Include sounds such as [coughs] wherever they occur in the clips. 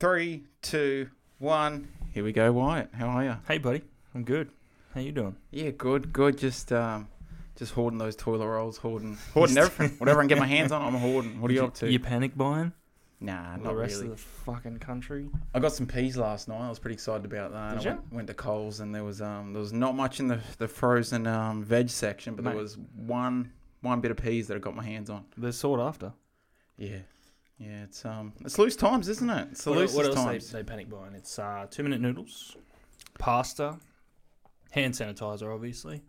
Three, two, one. Here we go, Wyatt. How are you? Hey, buddy. I'm good. How you doing? Yeah, good, good. Just um, just hoarding those toilet rolls, hoarding, [laughs] hoarding everything. Whatever I can get my hands on, I'm hoarding. What are you up to? You panic buying? Nah, the not rest really. of the fucking country. I got some peas last night. I was pretty excited about that. Did I ya? went, went to Coles and there was um there was not much in the the frozen um veg section, but there Mate. was one one bit of peas that I got my hands on. They're sought after. Yeah, yeah. It's um it's loose times, isn't it? It's the loosest what else times. They, they panic buying? It's uh, two minute noodles, pasta, hand sanitizer, obviously.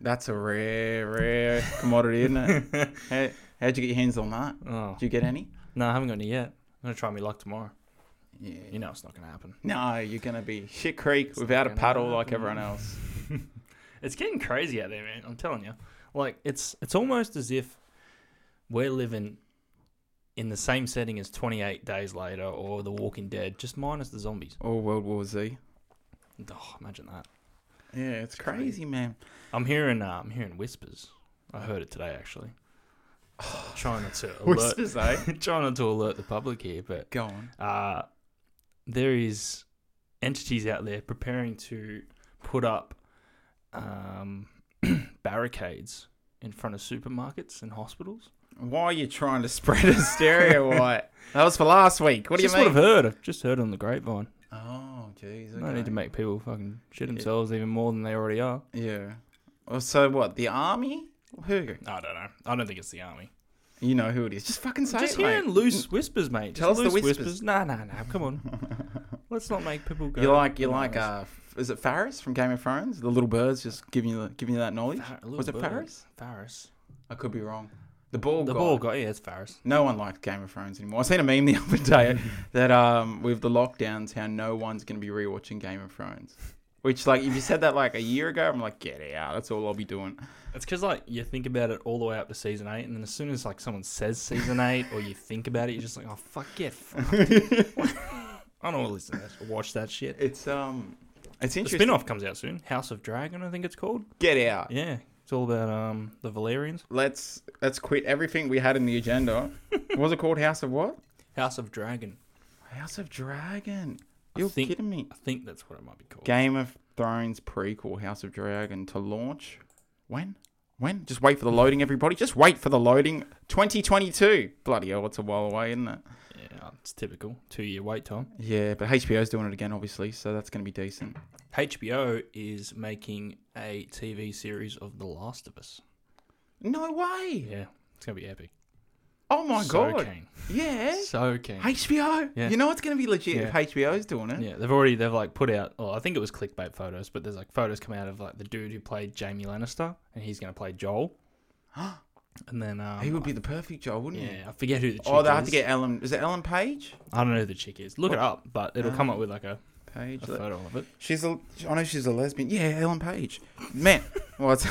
That's a rare rare commodity, isn't it? [laughs] How, how'd you get your hands on that? Oh Did you get any? no, I haven't got any yet. I'm gonna try my luck tomorrow. Yeah. You know it's not gonna happen. No, you're gonna be shit creek It's not without a gonna paddle like happen. everyone else. It's getting crazy out there, man. I'm telling you. Like it's it's almost as if we're living in the same setting as 28 days later or The Walking Dead, just minus the zombies. Or World War Z. Oh, imagine that. Yeah, it's crazy, man. I'm hearing uh, I'm hearing whispers. I heard it today [sighs] actually. trying not to alert, Whispers, [laughs] eh? trying not to alert the public here, but Go on. uh, there is entities out there preparing to put up um, [clears throat] barricades in front of supermarkets and hospitals. Why are you trying to spread a stereo white? That was for last week. What do you just what I've mean? heard. I've just heard on the grapevine. Oh, jeez. I Okay. No need to make people fucking shit Yeah. themselves even more than they already are. Yeah. Well, so what? The army? Who? I don't know. I don't think it's the army. You know who it is. Just fucking say Just it, mate. hearing loose whispers, mate. Just Tell us the loose whispers. No, no, no. Come on. [laughs] Let's not make people go. You like you like bananas. uh, f- is it Faris from Game of Thrones? The little birds just giving you giving you that knowledge. Fa- a little uh, Was it Oh, bird. Faris? Farris. I could be wrong. The ball. The guy. ball guy. Yeah, it's Farris. No one likes Game of Thrones anymore. I seen a meme the [laughs] other day that um, with the lockdowns, how no one's going to be rewatching Game of Thrones. Which, like, if you said that like a year ago, I'm like, get out. That's all I'll be [laughs] doing. It's because like you think about it all the way up to season eight, and then as soon as like someone says [laughs] season eight, or you think about it, you're just like, oh fuck yeah. Fuck. I don't want to listen to that. Or watch that shit. It's um, it's The interesting. spin-off comes out soon. House of Dragon, I think it's called. Get out. Yeah, it's all about um the Valerians. Let's let's quit everything we had in the [laughs] agenda. What was it called House of what? House of Dragon. House of Dragon. You're think- kidding me. I think that's what it might be called. Game of Thrones prequel, House of Dragon, to launch when? When? Just wait for the loading, everybody. Just wait for the loading. 2022. Bloody hell, it's a while away, isn't it? Yeah, it's typical two-year wait time. Yeah, but HBO's doing it again, obviously, so that's going to be decent. HBO is making a TV series of The Last of Us. No way! Yeah, it's gonna be epic. Oh my so god! Keen. Yeah, So keen. HBO. Yeah. You know it's going to be legit Yeah. if HBO's doing it. Yeah, they've already they've like put out. Oh, I think it was clickbait photos, but there's like photos come out of like the dude who played Jamie Lannister, and he's gonna play Joel. [gasps] and then um, He would be the perfect Joel, wouldn't he? Yeah, I forget who the chick Oh, they is. have to get Ellen. Is it Ellen Page? I don't know who the chick is. Look it up, but it'll come Ah. up with like a, Page. a photo of it. She's a. I know she's a lesbian. Yeah, Ellen Page. Man, [laughs] well, it's,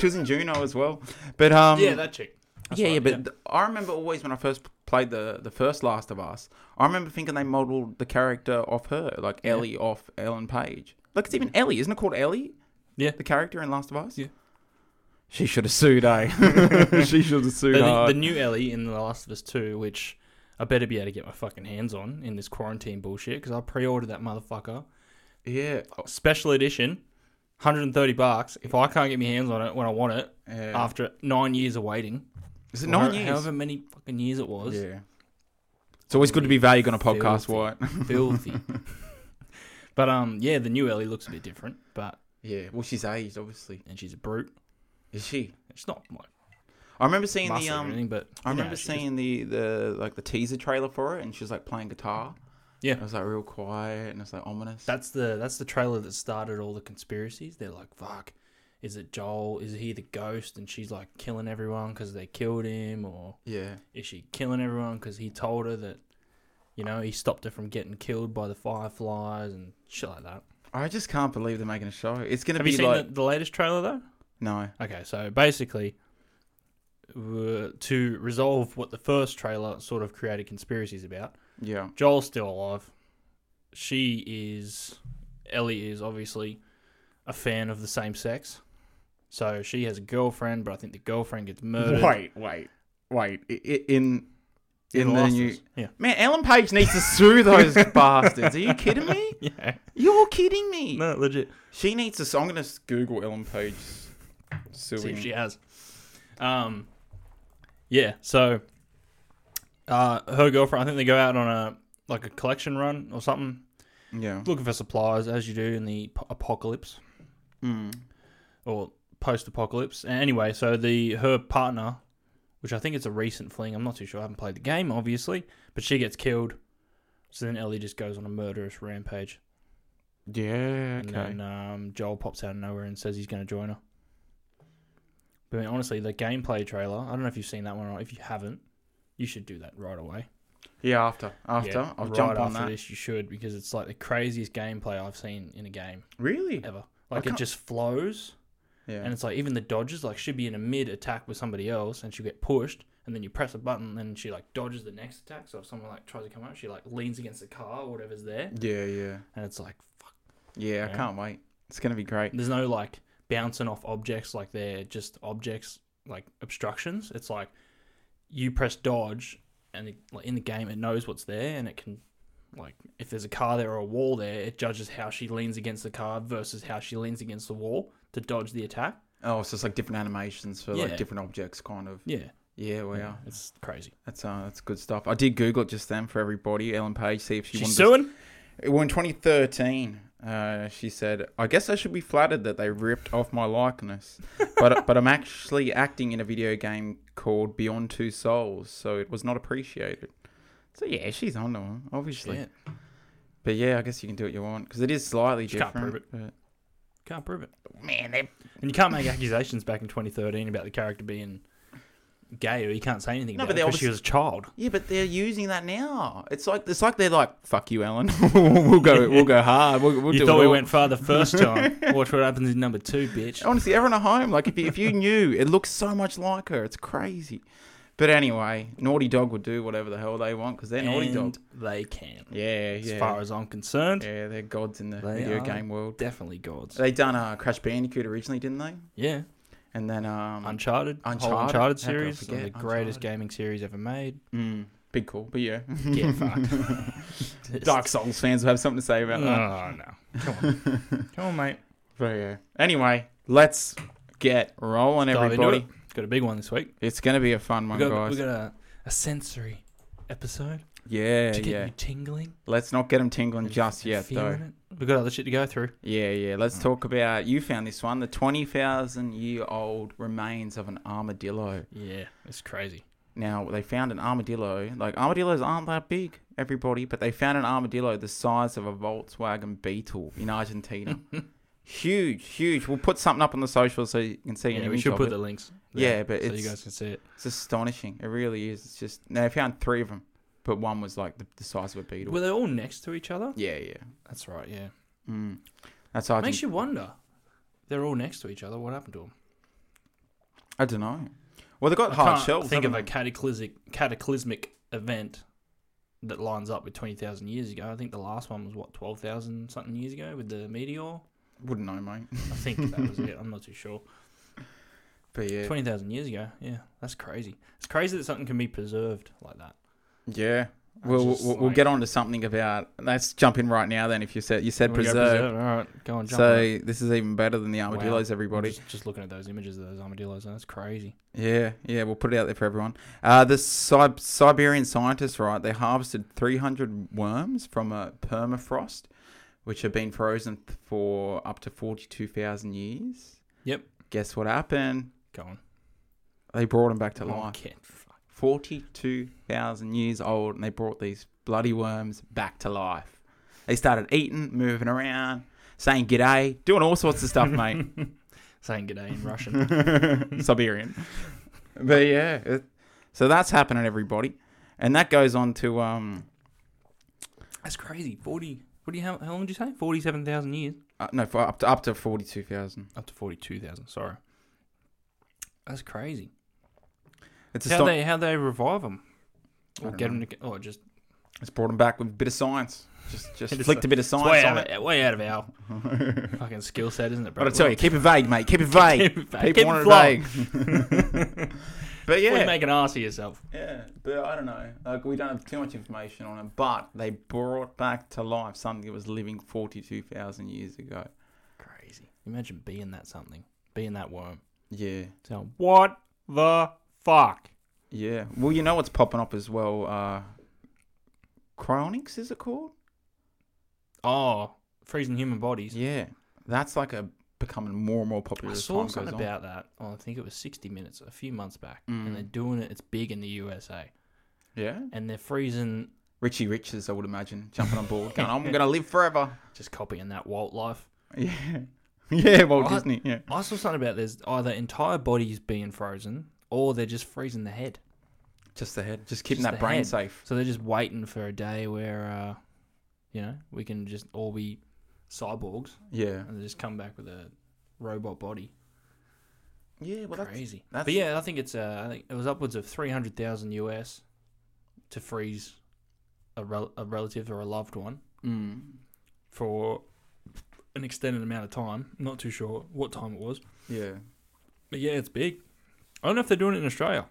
she was in Juno as well. But um, yeah, that chick. That's yeah, yeah, right, but th- I remember always when I first played the the first Last of Us, I remember thinking they modeled the character off her, like Yeah. Ellie off Ellen Page. Like it's even Ellie, isn't it called Ellie? Yeah. the character in Last of Us. Yeah. she should have sued. Eh? [laughs] she should have But sued. uh, the, hard. the new Ellie in The Last of Us Two, which I better be able to get my fucking hands on in this quarantine bullshit, because I pre-ordered that motherfucker yeah, special edition, 130 bucks. If I can't get my hands on it when I want it, yeah. after nine years of waiting, Is it nine Or years? Ah, however many fucking years it was, Yeah. It's always good to be vague on a podcast, Filthy. White. filthy. but um, yeah, the new Ellie looks a bit different, but [laughs] Yeah, well, she's aged, obviously. and she's a brute. Is she? It's not like I remember seeing muscle the or um, anything, but I you know, remember she just- seeing the, the like the teaser trailer for it, and she was like playing guitar. Yeah. it was like real quiet and it's like ominous. That's the that's the trailer that started all the conspiracies. They're like, "Fuck, is it Joel? Is he the ghost?" And she's like killing everyone because they killed him, or yeah, is she killing everyone because he told her that, you know, he stopped her from getting killed by the fireflies and shit like that. I just can't believe they're making a show. It's gonna Have be you seen like the, the latest trailer though? no, Okay, so basically, uh, to resolve what the first trailer sort of created conspiracies about, yeah, Joel's still alive. She is, Ellie is obviously a fan of the same sex. So she has a girlfriend, but I think the girlfriend gets murdered. wait, wait, wait. I, i- in in the last new. ones. Yeah. [laughs] Man, Ellen Page needs to sue those bastards. Are you kidding me? Yeah. You're kidding me. No, legit. She needs to. sue- I'm gonna s- Google Ellen Page See if suing. she has. Um, yeah. So, uh, her girlfriend. I think they go out on a like a collection run or something, Yeah. looking for supplies, as you do in the p- apocalypse Mm. or post-apocalypse. And Anyway, so the her partner, which I think it's a recent fling. I'm not too sure. I haven't played the game, obviously, but she gets killed. So then Ellie just goes on a murderous rampage, Yeah. and Okay. then um, Joel pops out of nowhere and says he's going to join her. But I mean, honestly, the gameplay trailer. I don't know if you've seen that one or not. if you haven't, you should do that right away. Yeah. After. After. Yeah, I'll right jump on after that. this, you should because it's like the craziest gameplay I've seen in a game Really? ever. Like it can't- just flows. Yeah. And it's like even the dodges, like she'd be in a mid attack with somebody else and she'll get pushed and then you press a button and she like dodges the next attack. So if someone like tries to come out, she like leans against the car or whatever's there. yeah. Yeah. And it's like fuck. Yeah. I Yeah. can't wait. It's gonna be great. There's no like bouncing off objects like they're just objects like obstructions. It's like you press dodge and it, like in the game it knows what's there and it can like if there's a car there or a wall there, it judges how she leans against the car versus how she leans against the wall to dodge the attack. Oh, so it's like different animations for Yeah. like different objects, kind of. Yeah. Yeah. Wow. yeah. It's crazy. That's uh, that's good stuff. I did Google it just then for everybody. Ellen Page, see if she She's wanted. suing. To... Well, in 2013, uh, she said, "I guess I should be flattered that they ripped off my [laughs] likeness, but but I'm actually acting in a video game called Beyond Two Souls, so it was not appreciated." So yeah, she's on to one, obviously. Shit. But yeah, I guess you can do what you want because it is slightly She can't different. Can't prove it. but- Man, they And you can't make accusations back in 2013 about the character being gay, or you can't say anything No, about but it they because she was a child. yeah, but they're using that now. It's like it's like they're like, "Fuck you, Ellen. [laughs] we'll go we'll go hard. We'll, we'll you do it thought we all." Oh, went far the [laughs] first time. Watch what happens in number two, bitch. Honestly, everyone at home, like if you, if you knew, it looks so much like her. It's crazy. But anyway, Naughty Dog will do whatever the hell they want because they're Naughty Dog. and they can. Yeah, As yeah, far as I'm concerned, yeah. They're gods in the They video are. game world. definitely gods. They done uh, Crash Bandicoot originally, didn't they? Yeah, And then um, Uncharted, Uncharted, whole Uncharted. Uncharted How could I series, one of the forget greatest Uncharted? gaming series [laughs] ever made. mm, big call, but yeah, Get [laughs] fucked. Dark Souls fans will have something to say Oh about that. no! Come on, [laughs] come on, mate. But yeah. Anyway, let's get rolling, Dive into everybody. it. Got a big one this week. It's gonna be a fun We one, got, we guys. got a, a sensory episode Yeah, to get yeah. you tingling. Let's not get them tingling and- just and yet, though. feeling it. Mm. We've got other shit to go through. Yeah, yeah. Let's talk about you found this one, the twenty thousand year old remains of an armadillo. Yeah, it's crazy. Now they found an armadillo. Like armadillos aren't that big, everybody, but they found an armadillo the size of a Volkswagen Beetle in [laughs] Argentina. huge, huge. We'll put something up on the social so you can see an Yeah, we image should of put it. the links. Yeah, but so it's- you guys can see it. It's astonishing. It really is. It's just now they found three of them, but one was like the, the size of a beetle. Were they all next to each other? yeah, yeah. That's right. Yeah, Mm. That's Argentina. makes you wonder. They're all next to each other. What happened to them? I don't know. Well, they got I hard can't shells. Think of haven't a cataclysmic cataclysmic event that lines up with twenty thousand years ago. I think the last one was what twelve thousand something years ago with the meteor. they? wouldn't know, mate. [laughs] I think that was it. I'm not too sure. But [laughs] yeah, Twenty thousand years ago. Yeah, that's crazy. It's crazy that something can be preserved like that. Yeah. I We'll, just we'll, we'll like- get on to something about. Let's jump in right now then. If you said you said There we go, preserve, preserved. All right, go on. Jump on it. so this is even better than the armadillos, everybody. I'm Just, just looking at those images of those armadillos, and that's crazy. Yeah, yeah. We'll put it out there for everyone. Uh, the Sib- Siberian scientists, right? They harvested 300 worms from a permafrost, which have been frozen for up to 42,000 years. Yep. Guess what happened? Go on. They brought them back to Oh, I life. can't- fuck. 42,000 years old, and they brought these bloody worms back to life. They started eating, moving around, saying g'day, doing all sorts of stuff, mate. [laughs] Saying g'day eh, [laughs] in Russian. Siberian. But yeah, it, so that's happening, everybody. And that goes on to, um, That's crazy. Forty. What do you? How, how long did you say? Forty-seven thousand years. uh, no, for up to, up to 42,000. Up to forty-two thousand. Sorry. That's crazy. It's, How aston- they how they revive them I or don't get know. them to or just it's brought them back with a bit of science. Just just It is flicked a a- bit of It's way science out, on it. of, way out of our fucking skill set, isn't it, bro? But I tell you, keep it vague, mate. Keep it vague. [laughs] Keep it vague. People Keep it want it flowing. [laughs] vague. but Before you yeah, make an ass of yourself. yeah. But I don't know. Like we don't have too much information on it. But they brought back to life something that was living forty-two thousand years ago. Crazy. Imagine being that something, being that worm. Yeah, So what the fuck? yeah. Well, you know what's popping up as well? Uh, cryonics is it called? Oh, freezing human bodies. Yeah, that's like a becoming more and more popular I as saw time something goes on. about that. Oh, I think it was 60 Minutes a few months back, Mm. and they're doing it. It's big in the USA, yeah, and they're freezing, Richie Riches, I would imagine, jumping on board, going, [laughs] "I'm gonna live forever." just copying that Walt life. [laughs] Yeah, yeah. Walt Right. Disney. Yeah. I saw something about there's either entire bodies being frozen, or they're just freezing the head. Just the head. Just keeping Just that the brain head. safe. So they're just waiting for a day where, uh, you know, we can just all be cyborgs Yeah. and they just come back with a robot body. Yeah. Well, that's, Crazy. that's But yeah, I think it's uh, I think it was upwards of three hundred thousand US to freeze a, rel- a relative or a loved one Mm, for an extended amount of time. Not too sure what time it was, yeah. but yeah, it's big. I don't know if they're doing it in Australia.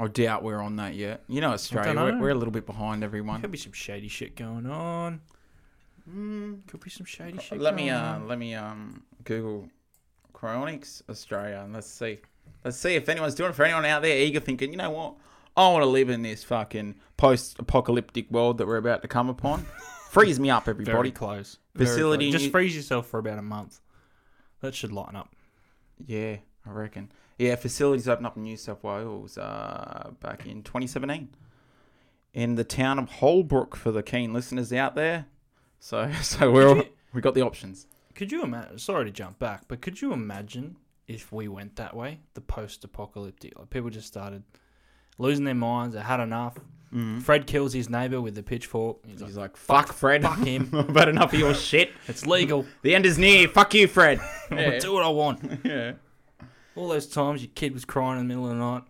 I doubt we're on that yet. You know, Australia, know. we're, we're a little bit behind Could everyone. be some shady shit going on. Mm, Could be some shady shit. let me going uh, on. let me um Google cryonics Australia and let's see let's see if anyone's doing it for anyone out there eager thinking you know what I want to live in this fucking post-apocalyptic world that we're about to come [laughs] upon. Freeze me up, Very everybody. close. Facility- Very close. Just freeze yourself for about a month. That should lighten up. Yeah, I reckon. Yeah, facilities opened up in New South Wales uh, back in 2017 in the town of Holbrook for the keen listeners out there. So, [laughs] so we're all, Could you- we got the options. Could you imagine? Sorry to jump back, but could you imagine if we went that way? The post-apocalyptic, like people just started losing their minds. They had enough. Mm. Fred kills his neighbor with the pitchfork. He's like, He's like, "Fuck [laughs] Fred, "Fuck him! [laughs] I've had enough of your shit. [laughs] It's legal. The end is near. Fuck you, [laughs] Fred." [laughs] I'll do what I want." yeah. All those times your kid was crying in the middle of the night.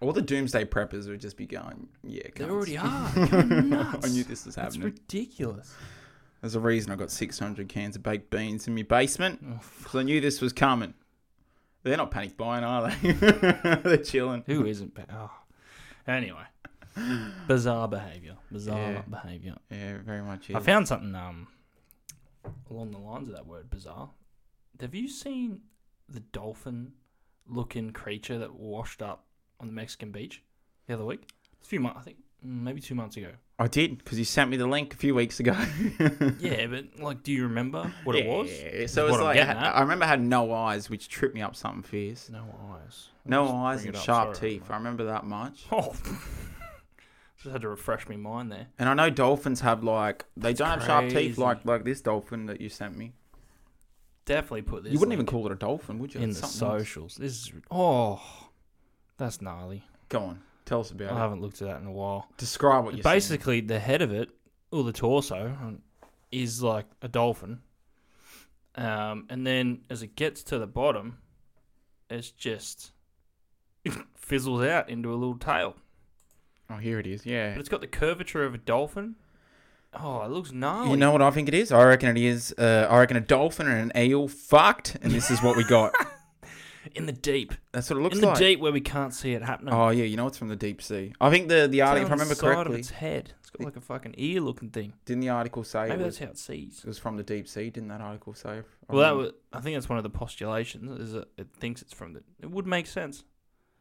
All the doomsday preppers would just be going, "Yeah, They cunts." [laughs] already are. Going nuts. I knew this was That's happening. ridiculous. There's a reason I got 600 cans of baked beans in my basement. Oh, Because I knew this was coming. They're not panic buying, are they? [laughs] They're chilling. Who isn't? Ba- oh. [laughs] Anyway, bizarre behavior. Bizarre Yeah. behavior. Yeah, very much. I found something um along the lines of that word bizarre. Have you seen the dolphin looking creature that washed up on the Mexican beach the other week? A few months, I think, mm, maybe two [laughs] months ago. I did because you sent me the link a few weeks ago. [laughs] Yeah, but like, do you remember what it was? Yeah, so What it's I'm like getting I, at. I remember I had no eyes, which tripped me up something fierce. No eyes. Let me No just eyes bring and it up, sharp sorry. teeth. I remember that much. [laughs] Oh, [laughs] just had to refresh my mind there. And I know dolphins have like they don't have sharp teeth crazy. like like this dolphin that you sent me. Definitely put this. you wouldn't even link call it a dolphin, would you? in It's the something else. socials. This is oh, that's gnarly. Go on, tell us I about it. haven't looked at that in a while. Describe what you basically. basically the head of it or the torso um, is like a dolphin um, and then as it gets to the bottom it's just [laughs] it fizzles out into a little tail Oh, here it is. Yeah. but it's got the curvature of a dolphin oh it looks gnarly You know what I think it is? I reckon it is. Uh, I reckon a dolphin and an eel fucked, and this is what we [laughs] got. in the deep That's what it looks in the like. deep where we can't see it happening Oh yeah, you know it's from the deep sea. I think the the It's article, if on I remember the side of correctly, its head it's got like a fucking ear looking thing didn't the article say it maybe that's was, how it sees it was from the deep sea? Didn't that article say? if I well that remember- was, i think that's one of the postulations is that it thinks it's from the it would make sense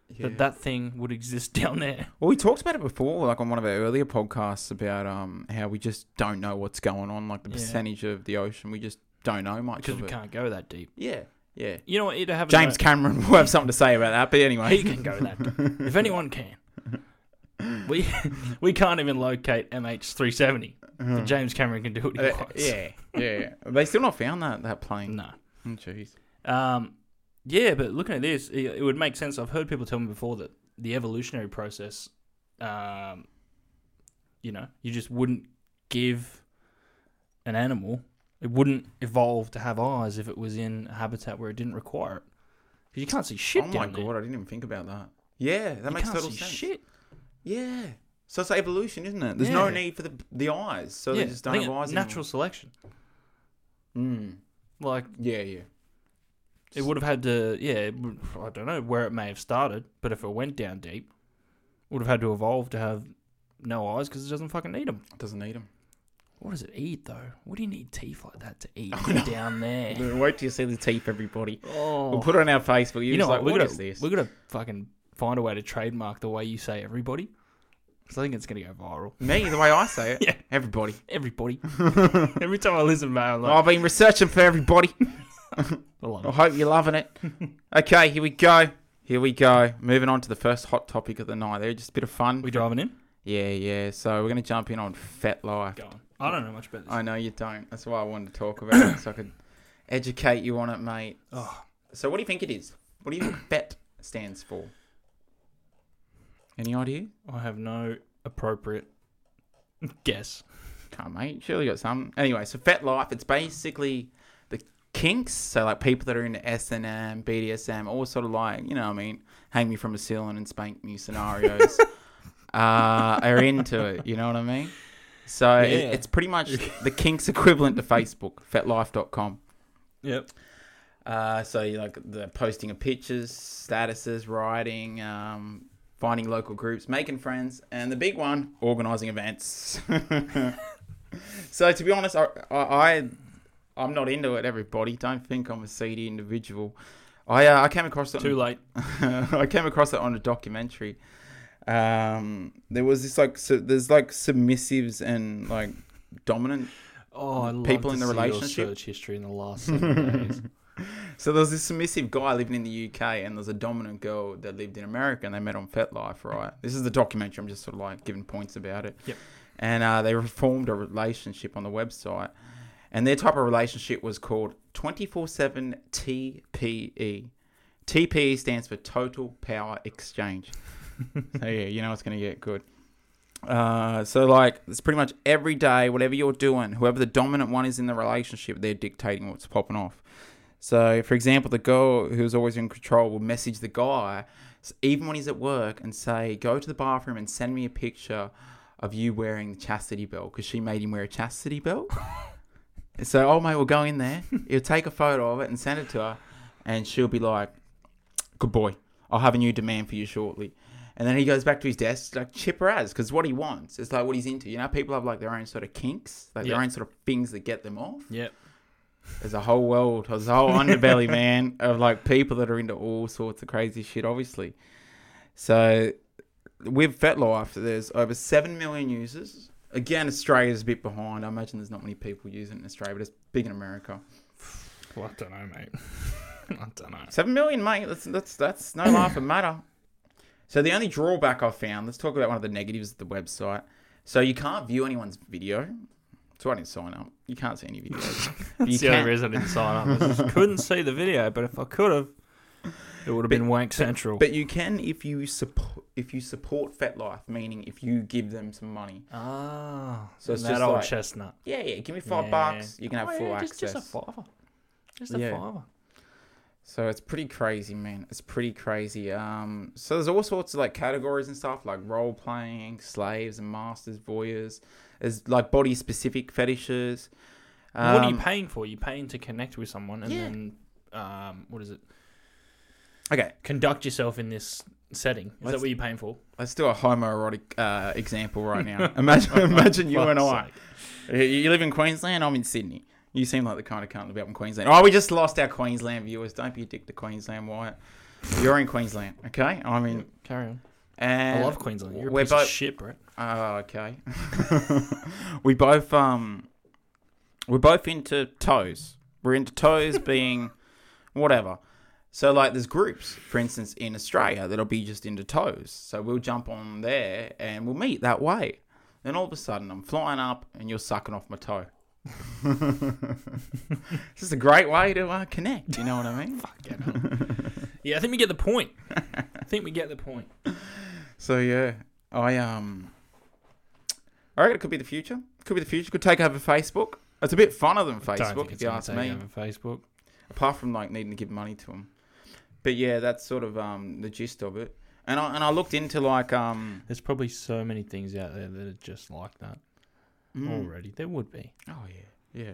Yeah. that that thing would exist [laughs] down there. well, we talked about it before, like on one of our earlier podcasts about um how we just don't know what's going on, like the Yeah. percentage of the ocean, we just don't know much Because of we it. can't go that deep. Yeah, yeah. You know what? It'd have James Cameron will have something to say about that, but A, anyway, he [laughs] can go that deep. If anyone can. We [laughs] we can't even locate MH370. But James Cameron can do what he Uh, wants. yeah, yeah, yeah. They still not found that that plane. No. Oh, Jeez. Um, yeah, but looking at this, it, it would make sense. I've heard people tell me before that the evolutionary process, um, you know, you just wouldn't give an animal, it wouldn't evolve to have eyes if it was in a habitat where it didn't require it. 'Cause you can't see shit oh my down god, there. I didn't even think about that. Yeah, that you makes can't total see sense. shit. Yeah. So it's evolution, isn't it? There's no Yeah. need for the the eyes, so yeah, they just don't I think have eyes. anymore. natural selection. Mm. Like Yeah, yeah. it would have had to, yeah, it would, I don't know where it may have started, but if it went down deep, would have had to evolve to have no eyes because it doesn't fucking need them. Doesn't need them. What does it eat though? What do you need teeth like that to [laughs] eat I know. down there? Wait till you see the teeth, everybody. [laughs] Oh, We'll put it on our Facebook. You're you know just what? like, We're what gonna, is this? we're gonna fucking find a way to trademark the way you say everybody, because I think it's gonna go viral. Me, the way I say it. [laughs] Yeah. Everybody. [laughs] Everybody. Every time I listen back, I'm like, I've been researching for [laughs] everybody. I love I it. hope you're loving it. okay, here we go. Here we go. Moving on to the first hot topic of the night. There, just a bit of fun. We driving in? yeah, yeah. So we're gonna jump in on fat life. Go on. I don't know much about this. I know you don't. That's why I wanted to talk about it so I could educate you on it, mate. Oh. So what do you think it is? What do you think FET stands for? Any idea? I have no appropriate [laughs] guess. Come, mate. Surely you got some. Anyway, so Fat Life. It's basically the kinks. So like people that are into S and M, BDSM, all sort of like you know, what I mean, hang me from a ceiling and spank me [laughs] scenarios. uh, are into it. You know what I mean? So it- Yeah. it's pretty [laughs] much the kinks equivalent to Facebook, FatLife.com. Yep. Uh, so you like the posting of pictures, statuses, writing, um, finding local groups, making friends, and the big one, organizing events. [laughs] so to be honest, I, I I'm not into it. Everybody, don't think I'm a seedy individual. I uh, I came across it. Too late. [laughs] I came across it on a documentary. Um, there was this like so there's like submissives and like dominant Oh, I love People to in the see your relationship. search history in the [laughs] last seven days. So there was this submissive guy living in the UK, and there's a dominant girl that lived in America, and they met on FetLife, right? This is the documentary. I'm just sort of like giving points about it. Yep. And uh, they formed a relationship on the website, and their type of relationship was called 24/7 TPE. TPE E stands for Total Power Exchange. so yeah, you know it's going to get good. Uh, so like it's pretty much every day, whatever you're doing, whoever the dominant one is in the relationship, they're dictating what's popping off. So, for example, the girl who's always in control will message the guy, s- even when he's at work, and say, "Go to the bathroom and send me a picture of you wearing the chastity belt," because she made him wear a chastity belt. [laughs] And so, old mate will go in there, he'll take a photo of it and send it to her, and she'll be like, "Good boy, I'll have a new demand for you shortly." And then he goes back to his desk, like chipper as, because what he wants is like what he's into. You know, people have like their own sort of kinks, like Yeah. their own sort of things that get them off. Yep. There's a whole world, there's a whole [laughs] underbelly, man, of like people that are into all sorts of crazy shit, obviously. So with FetLife, there's over 7 million users. Again, Australia's a bit behind. I imagine there's not many people using it in Australia, but it's big in America. Well, I don't know, mate. [laughs] I don't know. 7 million, mate, that's, that's, that's [coughs] no laughing matter. So the only drawback I've found, let's talk about one of the negatives of the website. So you can't view anyone's video. So I didn't sign up. You can't see any [laughs] videos. But you That's the only can- reason I didn't sign up. [laughs] I just couldn't see the video, but if I could have, it would have been Wank Central. But you can if you support if you support FetLife, meaning if you give them some money. ah, So so it's that just old like- chestnut. Yeah, yeah. Give me five Yeah. bucks, you can have Oh, full yeah, access. just, just a fiver. Just a Yeah. fiver. so it's pretty crazy, man. It's pretty crazy. Um, so there's all sorts of like categories and stuff, like role playing, slaves and masters, voyeurs. There's like body specific fetishes. what are you Um, paying for? You're paying to connect with someone and Yeah. then, um, what is it? Okay, Conduct yourself in this setting. Is that Let's- what you're paying for? let's do a homoerotic uh, example right [laughs] now. Imagine, [laughs] imagine you and I. Fuck's sake. You- You live in Queensland. I'm in Sydney. You seem like the kind of cunt to be up in Queensland. Oh, we just lost our Queensland viewers. Don't be a dick to Queensland, Wyatt. You're in Queensland, okay? I'm in. Carry on. And I love Queensland. You're a we're piece both- of shit, Brett. Oh, okay. [laughs] we both um, we're both into toes. We're into toes being whatever. So like, there's groups, for instance, in Australia that'll be just into toes. So we'll jump on there and we'll meet that way. Then all of a sudden, I'm flying up and you're sucking off my toe. this is a great way to uh, connect. You know what I mean? Yeah, I think we get the point. I think we get the point. So yeah, I um, I reckon it could be the future. Could be the future. Could take over Facebook. It's a bit funner than [laughs] Facebook, if you ask me. Facebook. Apart from like needing to give money to them, but yeah, that's sort of um the gist of it. And I and I looked into like um. There's probably so many things out there that are just like that mm, already. There would be. Oh yeah, yeah.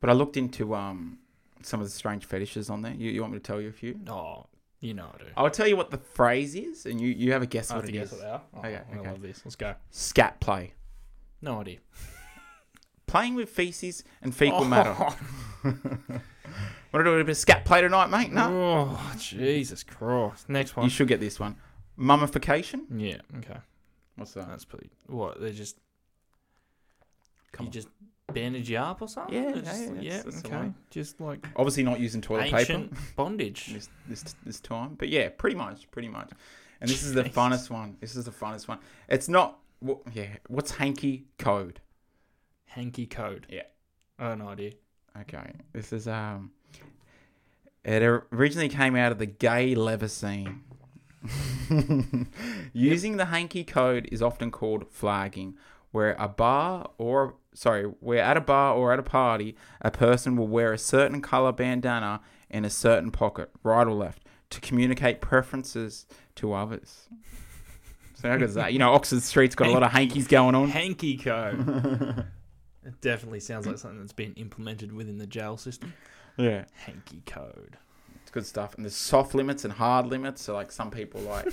But I looked into um some of the strange fetishes on there. You, you want me to tell you a few? Oh, you know I do. I'll tell you what the phrase is, and you you have a guess I what have to it guess is. what they are. Oh, Okay, I okay. love this. Let's go. Scat play, No idea. playing with feces and fecal Oh, matter. [laughs] Want to do a bit of scat play tonight, mate? No. Oh, Jesus Christ. Next You one. should get this one. Mummification. Uh, yeah. Okay. What's that? That's pretty. What? They just Come you on. just bandage you up or something? Yeah, Or yeah, just- yeah, that's- that's the okay. way. Just like Obviously not using toilet paper. ancient bondage. this this this time. But yeah, pretty much, pretty much. And this is the Jesus. funnest one. This is the funnest one. It's not. wha- yeah. What's hanky code? Hanky code. Yeah. I have no idea. Okay. This is um. It originally came out of the gay leather scene. Using the hanky code is often called flagging, where a bar or sorry, where at a bar or at a party, a person will wear a certain color bandana in a certain pocket, right or left, to communicate preferences to others. So how good is that? You know, Oxford Street's got a lot of hankies going [laughs] on. Hanky code. [laughs] it definitely sounds like something that's been implemented within the jail system. Yeah. Hanky code. It's good stuff. And there's soft limits and hard limits. So like some people [laughs] like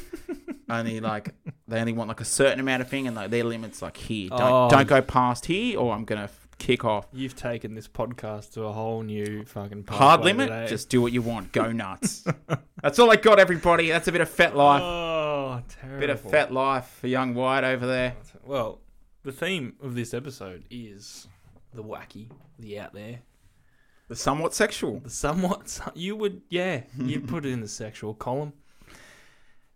only like they only want like a certain amount of thing, and like their limits like here. Don't Oh. don't go past here, or I'm gonna f- kick off. You've taken this podcast to a whole new fucking Hard pathway limit, today. just do what you want. Go [laughs] nuts. That's all I got, everybody. That's a bit of fat life. Oh, terrible. bit of fat life for young White over there. Well, the theme of this episode is the wacky, the out there, The somewhat sexual. the somewhat. [laughs] You would, yeah, [laughs] you'd put it in the sexual column.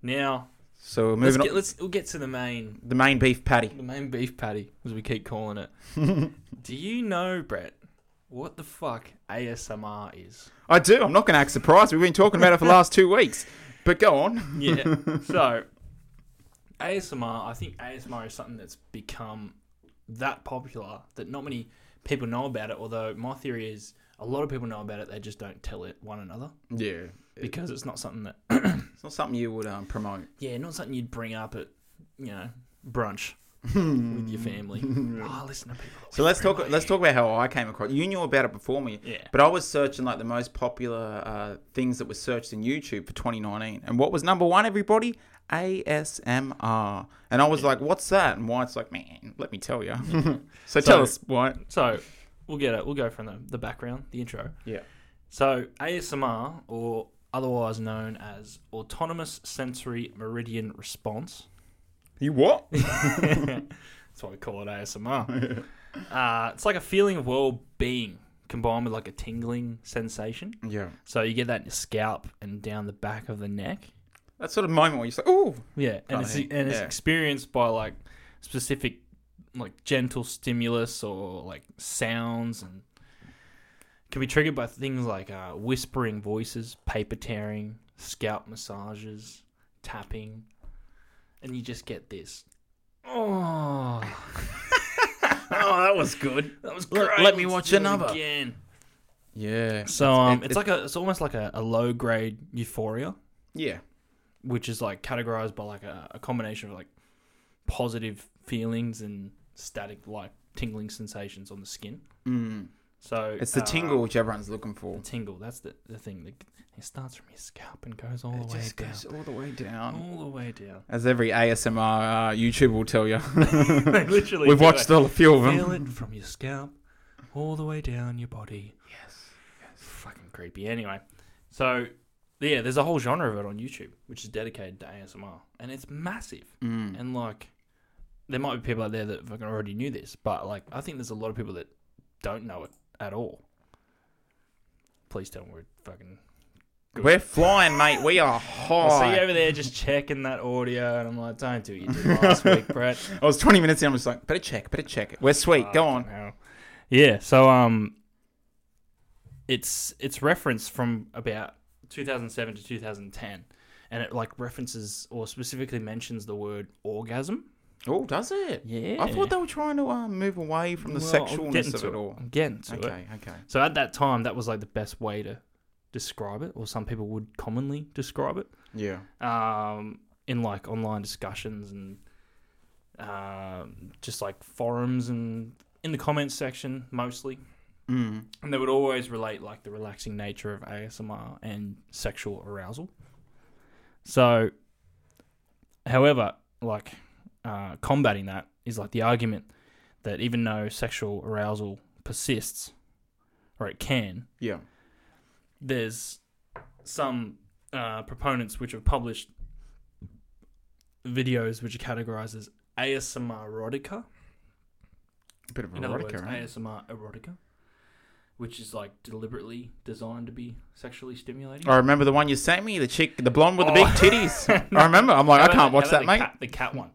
Now, So we're let's moving get, on. let's we'll get to the main, The main beef patty. the main beef patty, as we keep calling it. [laughs] Do you know, Brett, what the fuck ASMR is? I do. I'm not going to act surprised. We've been talking about it for the last two weeks. But go on. Yeah. [laughs] so ASMR, I think ASMR is something that's become that popular that not many people know about it. Although my theory is a lot of people know about it, they just don't tell it one another Yeah. because it's not something that It's not something you would um, promote. yeah, not something you'd bring up at you know [laughs] brunch with your family. oh, listen to people. that So whisper let's in talk. my Let's ear. talk about how I came across. You knew about it before me, Yeah. but I was searching like the most popular uh, things that were searched in YouTube for 2019, and what was number one? Everybody, ASMR, and I was like, "What's that?" And White's like, "Man, let me tell you." so, tell us, White. So we'll get it. We'll go from the, the background, the intro. Yeah. So ASMR, or otherwise known as autonomous sensory meridian response, You what? That's why we call it ASMR. uh, it's like a feeling of well being combined with like a tingling sensation. yeah. So you get that in your scalp and down the back of the neck. That sort of moment where you're just like, "Ooh, Yeah, and it's Right, and it's yeah. experienced by like specific like gentle stimulus or like sounds and can be triggered by things like uh, whispering voices, paper tearing, scalp massages, tapping, and you just get this. [laughs] Oh, oh, that was good." that was Let- great. let me Let's watch do it another. again. Yeah. So um, it- it's like a it's almost like a, a low grade euphoria. Yeah. which is like categorized by like a, a combination of like positive feelings and static like tingling sensations on the skin. Mm. So It's the uh, tingle which everyone's looking for. The tingle. That's the, the thing. that it starts from your scalp and goes all It the way just down. Oh. goes all the way down. all the way [laughs] down. [laughs] As every ASMR uh, YouTube will tell you. They literally. We've do watched it. a few of them. Feel it from your scalp all the way down your body. Yes. Fucking creepy. Anyway, so yeah, there's a whole genre of it on YouTube which is dedicated to ASMR, and it's massive. Mm. And like, there might be people out there that fucking already knew this, but like, I think there's a lot of people that don't know it at all. Please tell me we're fucking. Good. We're flying, mate. We are I see you high. over there just checking that audio, and I'm like, don't do what [laughs] you did last week, Brett. I was 20 minutes in. I'm just like, better check, better check it. We're sweet. Go on. Fucking hell. Yeah. So um, it's it's referenced from about 2007 to 2010, and it like references or specifically mentions the word orgasm. Oh, does it? Yeah. I thought they were trying to uh, move away from the Well, I'm getting sexualness of to it all. I'm getting to it. Okay, okay. So at that time, that was like the best way to describe it, or some people would commonly describe it. Yeah. Um, in like online discussions and um just like forums and in the comments section mostly. Mm. And they would always relate like the relaxing nature of ASMR and sexual arousal. So, however, like uh, combating that is like the argument that even though sexual arousal persists, or it can, Yeah. there's some uh, proponents which have published videos which are categorized as ASMR erotica. A bit of In other words, erotica, right? ASMR erotica, which is like deliberately designed to be sexually stimulating. I remember the one you sent me, the chick, the blonde with the big Oh. [laughs] titties. I remember. I'm like, How I about- can't watch how that, about mate. the Cat, the cat one.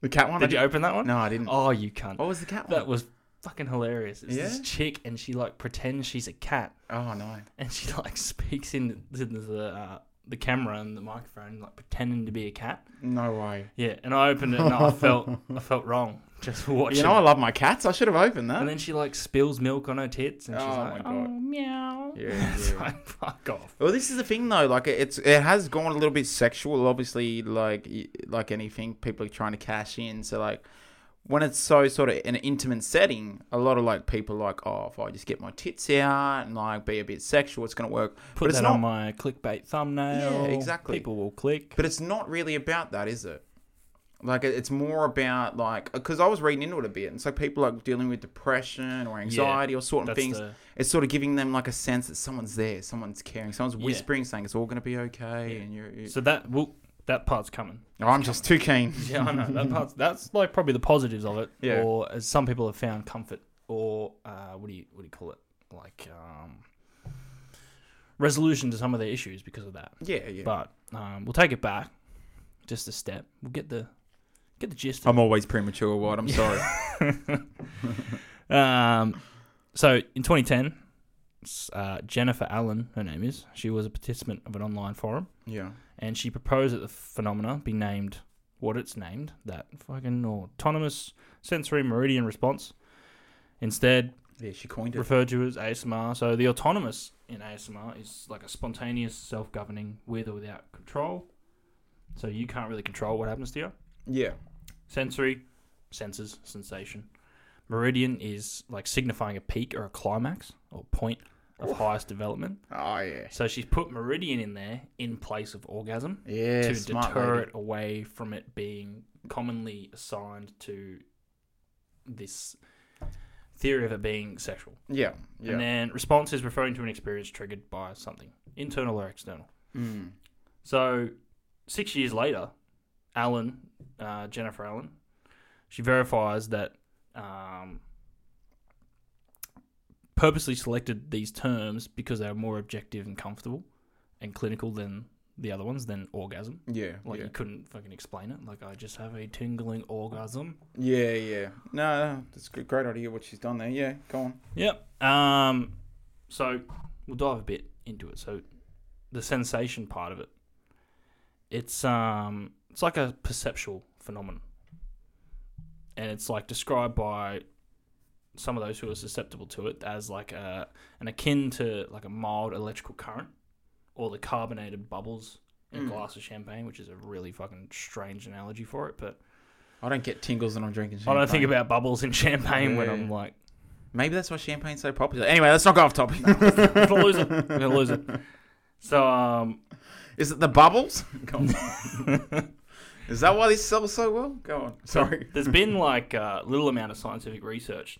The cat one. I Did you open that one? No, I didn't. Oh, you cunt. What was the cat one? That was fucking hilarious. It's this Yeah? chick and she like pretends she's a cat Oh no. and she like [laughs] speaks into the uh, the camera and the microphone like pretending to be a cat. No way. Yeah, and I opened it and I felt I felt wrong just for watching. You know, I it. love my cats. I should have opened that. and then she like spills milk on her tits and she's Oh, like, my God. "Oh meow." Yeah, [laughs] it's yeah. like fuck off. Well, this is the thing though. Like it's it has gone a little bit sexual. Obviously, like y- like anything, people are trying to cash in. So like when it's so sort of an intimate setting, a lot of like people are like, oh, if I just get my tits out and like be a bit sexual, it's gonna work. Put but it's that not. on my clickbait thumbnail. Yeah, exactly. People will click. but it's not really about that, is it? Like it- it's more about like because I was reading into it a bit, and so people like dealing with depression or anxiety or certain That's things. the- It's sort of giving them like a sense that someone's there, someone's caring, someone's Yeah. whispering, saying it's all gonna be okay, Yeah. and you're. you so that will that part's coming. Oh, I'm just too keen. [laughs] Yeah, [laughs] I know. That part's, that's like probably the positives of it. Yeah. Or as some people have found comfort or uh, what do you what do you call it? Like um, resolution to some of their issues because of that. Yeah, yeah. But um, we'll take it back just a step. We'll get the get the gist of I'm always premature, What? I'm sorry. it. Um, so in 2010, s- uh, Jennifer Allen, her name is, she was a participant of an online forum [laughs] yeah. and she proposed that the phenomena be named what it's named that fucking autonomous sensory meridian response instead Yeah, she coined it. referred to as asmr so the autonomous in asmr is like a spontaneous self-governing with or without control so you can't really control what happens to you Yeah. sensory senses sensation meridian is like signifying a peak or a climax or point of highest development Oh, yeah. so she's put meridian in there in place of orgasm Yeah, to smart deter lady. it away from it being commonly assigned to this theory of it being sexual. Yeah, yeah. And then response is referring to an experience triggered by something, internal or external. mm. So six years later, Allen, uh, Jennifer Allen, she verifies that um, purposely selected these terms because they are more objective and comfortable and clinical than the other ones, than orgasm. Yeah, Like yeah. you couldn't fucking explain it. Like I just have a tingling orgasm. yeah, yeah. No, no, that's a good- great idea what she's done there. Yeah, go on. Yep. Um. So we'll dive a bit into it. So the sensation part of it. It's um. It's like a perceptual phenomenon. And it's like described by some of those who are susceptible to it as like a an akin to like a mild electrical current or the carbonated bubbles in a Mm. glass of champagne, which is a really fucking strange analogy for it, but I don't get tingles when I'm drinking I champagne. don't think about bubbles in [laughs] champagne when Yeah. I'm like, Maybe that's why champagne's so popular. Anyway, let's not go off topic. I'm gonna lose it. I'm gonna lose it. So um, [laughs] Is it the bubbles? [laughs] Go on. [laughs] Is that why this sells so well? Go on. Sorry. [laughs] there's been like a little amount of scientific research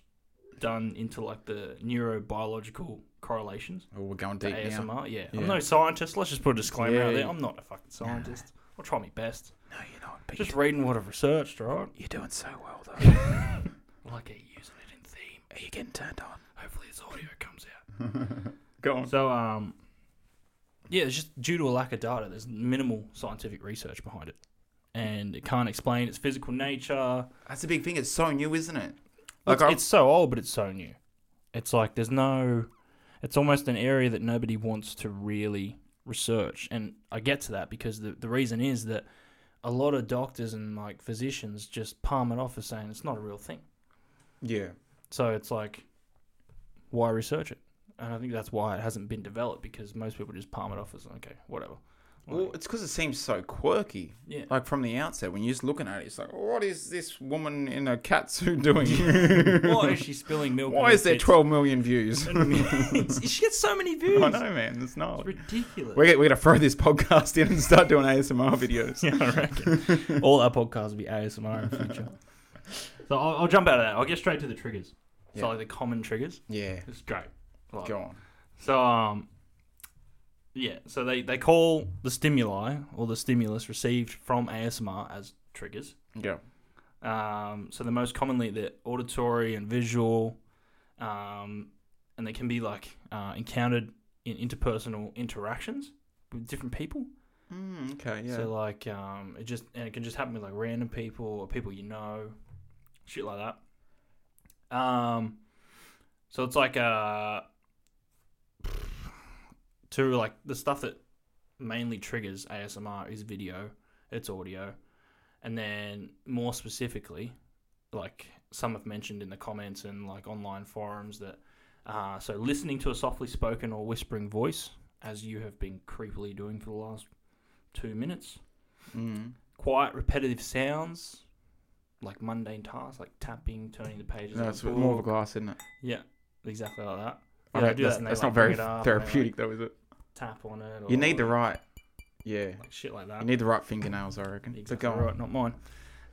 done into like the neurobiological correlations Oh, we're going to deep now. ASMR. Yeah. Yeah. I'm no scientist. Let's just put a disclaimer Yeah, out there. yeah. I'm not a fucking scientist. I'll try my best. No, you're not. But Just reading what I've researched, right? you're doing so well, [laughs] though. Like it, using it in theme. Are you getting turned on? Hopefully, this audio comes out. Go on. So um, yeah, it's just due to a lack of data. There's minimal scientific research behind it, and it can't explain its physical nature. That's a big thing. It's so new, isn't it? Like I- it's, it's so old, but it's so new. It's like there's no. It's almost an area that nobody wants to really research, and I get to that because the the reason is that a lot of doctors and like physicians just palm it off as saying it's not a real thing. yeah. So it's like, why research it? And I think that's why it hasn't been developed because most people just palm it off as okay, whatever. Well, Like, it's because it seems so quirky. yeah. Like from the outset, when you're just looking at it, it's like, what is this woman in a catsuit [laughs] doing? Why is she spilling milk? Why on is her there tits? 12 million views? I [laughs] It's- she gets so many views. know, man. It's It's not. ridiculous. We're, we're going to throw this podcast in and start doing ASMR videos. [laughs] yeah, I reckon. All our podcasts will be ASMR in future. [laughs] So I'll, I'll jump out of that. I'll get straight to the triggers. Yeah. So like the common triggers. [laughs] Yeah. It's great. Like, Go on. So um, yeah. So they they call the stimuli or the stimulus received from ASMR as triggers. Go. Um, so the most commonly the auditory and visual, um, and they can be like uh, encountered in interpersonal interactions with different people. Mm, okay, yeah. So like um, it just and it can just happen with like random people or people you know, shit like that. Um, so it's like uh, [sighs] to like the stuff that mainly triggers ASMR is video, it's audio, and then more specifically, like some have mentioned in the comments and like online forums that. Uh, so listening to a softly spoken or whispering voice, as you have been creepily doing for the last two minutes. mm. Quiet, repetitive sounds, like mundane tasks, like tapping, turning the pages. No, of a it's more of a book. glass, isn't it? Yeah, exactly like that. I Yeah, don't- they do that's that and they, that's like, not bring very it up and they, like, therapeutic, though, is it? tap on it. Or, You need the right. Yeah. like shit like You that. need the right fingernails, I reckon. But Exactly go on. right, not mine.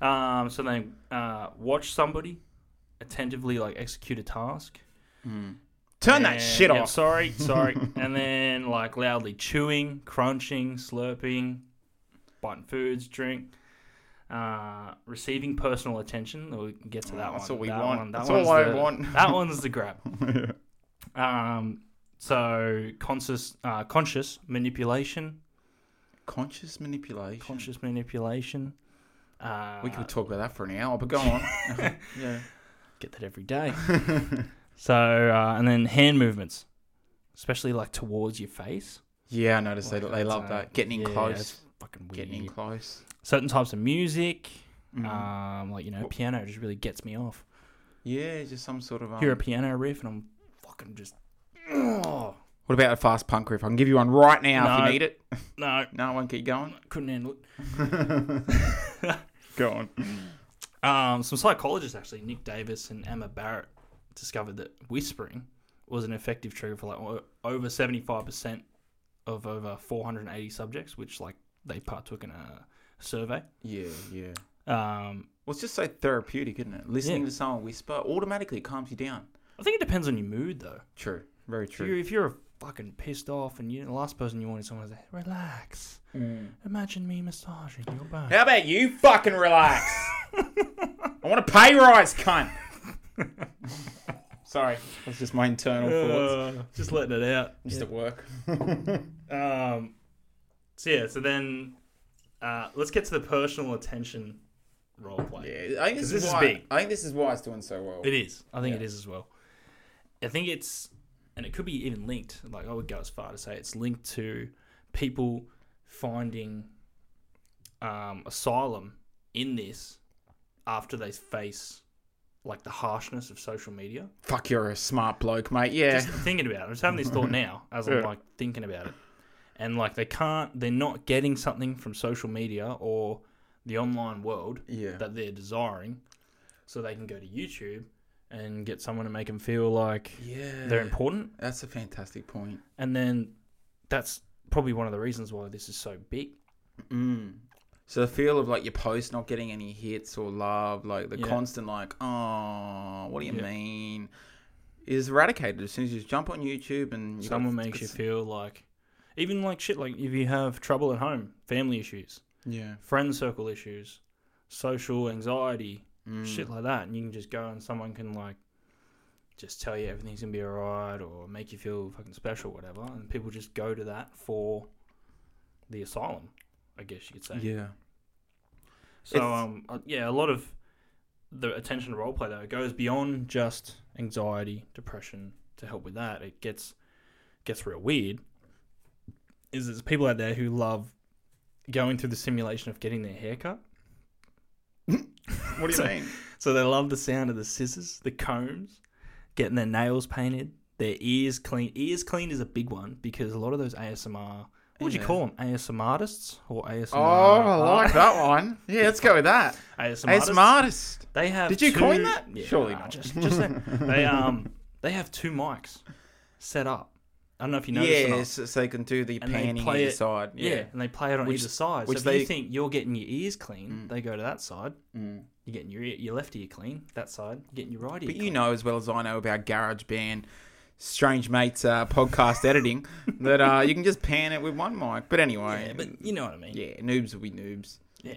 Um, so then uh, watch somebody attentively, like execute a task. Mm. Turn that And- shit yeah, off. [laughs] Sorry, sorry. and then like loudly chewing, crunching, slurping, biting foods, drink. Uh, receiving personal attention. We'll get to that Oh, one. that's what we that want. One, that That's one's all I the- want. That one's the grab. [laughs] Yeah. Um, so conscious, uh, conscious manipulation, Conscious manipulation. conscious manipulation. Uh, We could talk about that for an hour, but [laughs] go on. [laughs] yeah. get that [laughs] every day. so uh, and then hand movements, especially like towards your face. Yeah, I noticed they, Like, they that's, love uh, that. Getting in yeah, close. it's Fucking weird. Getting in close. certain types of music. Mm. Um, like you know, Wha- piano just really gets me off. yeah, just some sort of. Um, Hear a piano riff and I'm fucking just. [clears throat] Oh, what about a fast punk riff? I can give you one right now if No. you need it. no, No one keep going. couldn't handle it. go on. Um, some psychologists actually, Nick Davis and Emma Barrett, discovered that whispering was an effective trigger for like o- over seventy five percent of over four hundred and eighty subjects, which like they partook in a survey. Yeah, yeah. Um, Well, it's just so therapeutic, isn't it? Listening Yeah. to someone whisper automatically calms you down. I think it depends on your mood though. True. Very If you're, if you're fucking pissed off and you the last person you want is someone to say, relax. Mm. Imagine me massaging your back. How about you fucking relax? I want a pay rise, cunt. Sorry, Uh, that's just my internal thoughts. just letting it out. Just at [laughs] work. Um, so yeah, so then uh, let's get to the personal attention role play. Yeah, I think this, 'Cause this is is why. big. I think this is why it's doing so well. It is. I think Yeah. it is as well. I think it's, and it could be even linked. Like I would go as far to say it's linked to people finding um, asylum in this after they face like the harshness of social media. Fuck, you're a smart bloke, mate. Yeah. just thinking about it. I'm just having [laughs] this thought now as I'm Yeah. like thinking about it. And like they can't, they're not getting something from social media or the online world yeah. that they're desiring. So they can go to YouTube and get someone to make them feel like yeah. they're important. That's a fantastic point. And then that's probably one of the reasons why this is so big. Mm. So the feel of like your post not getting any hits or love, like the Yeah. constant like, oh, what do you Yeah. mean, is eradicated as soon as you just jump on YouTube and you got- Someone makes you feel like, even like shit, like if you have trouble at home, family issues, Yeah. friend circle issues, social anxiety, Mm. shit like that, and you can just go and someone can like just tell you everything's gonna be alright or make you feel fucking special, whatever, and people just go to that for the asylum, I guess you could say. Yeah. So It's- um, uh, yeah, a lot of the attention role play though it goes beyond just anxiety, depression. To help with that, it gets gets real weird. Is there's people out there who love going through the simulation of getting their haircut. What do you So- [laughs] mean? So they love the sound of the scissors, the combs, getting their nails painted, their ears clean. Ears clean is a big one because a lot of those ASMR What would you Yeah. call them? ASM artists or ASM? Oh, I like that one. Yeah, let's go with [laughs] that. ASM Hey, artists. smartest. They have. Did you two- coin that? Yeah, Surely nah, not. Just, just [laughs] saying. they um they have two mics set up. I don't know if you noticed. or Yeah, not. so, so you can do the And they panning play either it- side. Yeah. Yeah. and they play it on Which- either side. which so if they- you think you're getting your ears clean, they go to that side. Mm. You're getting your ear, your left ear clean. That side, you're getting your right ear. But you clean. know as well as I know about GarageBand, Strange Mates uh, podcast [laughs] editing, that uh, you can just pan it with one mic. But anyway, yeah, but you know what I mean. yeah, noobs will be noobs. Yeah.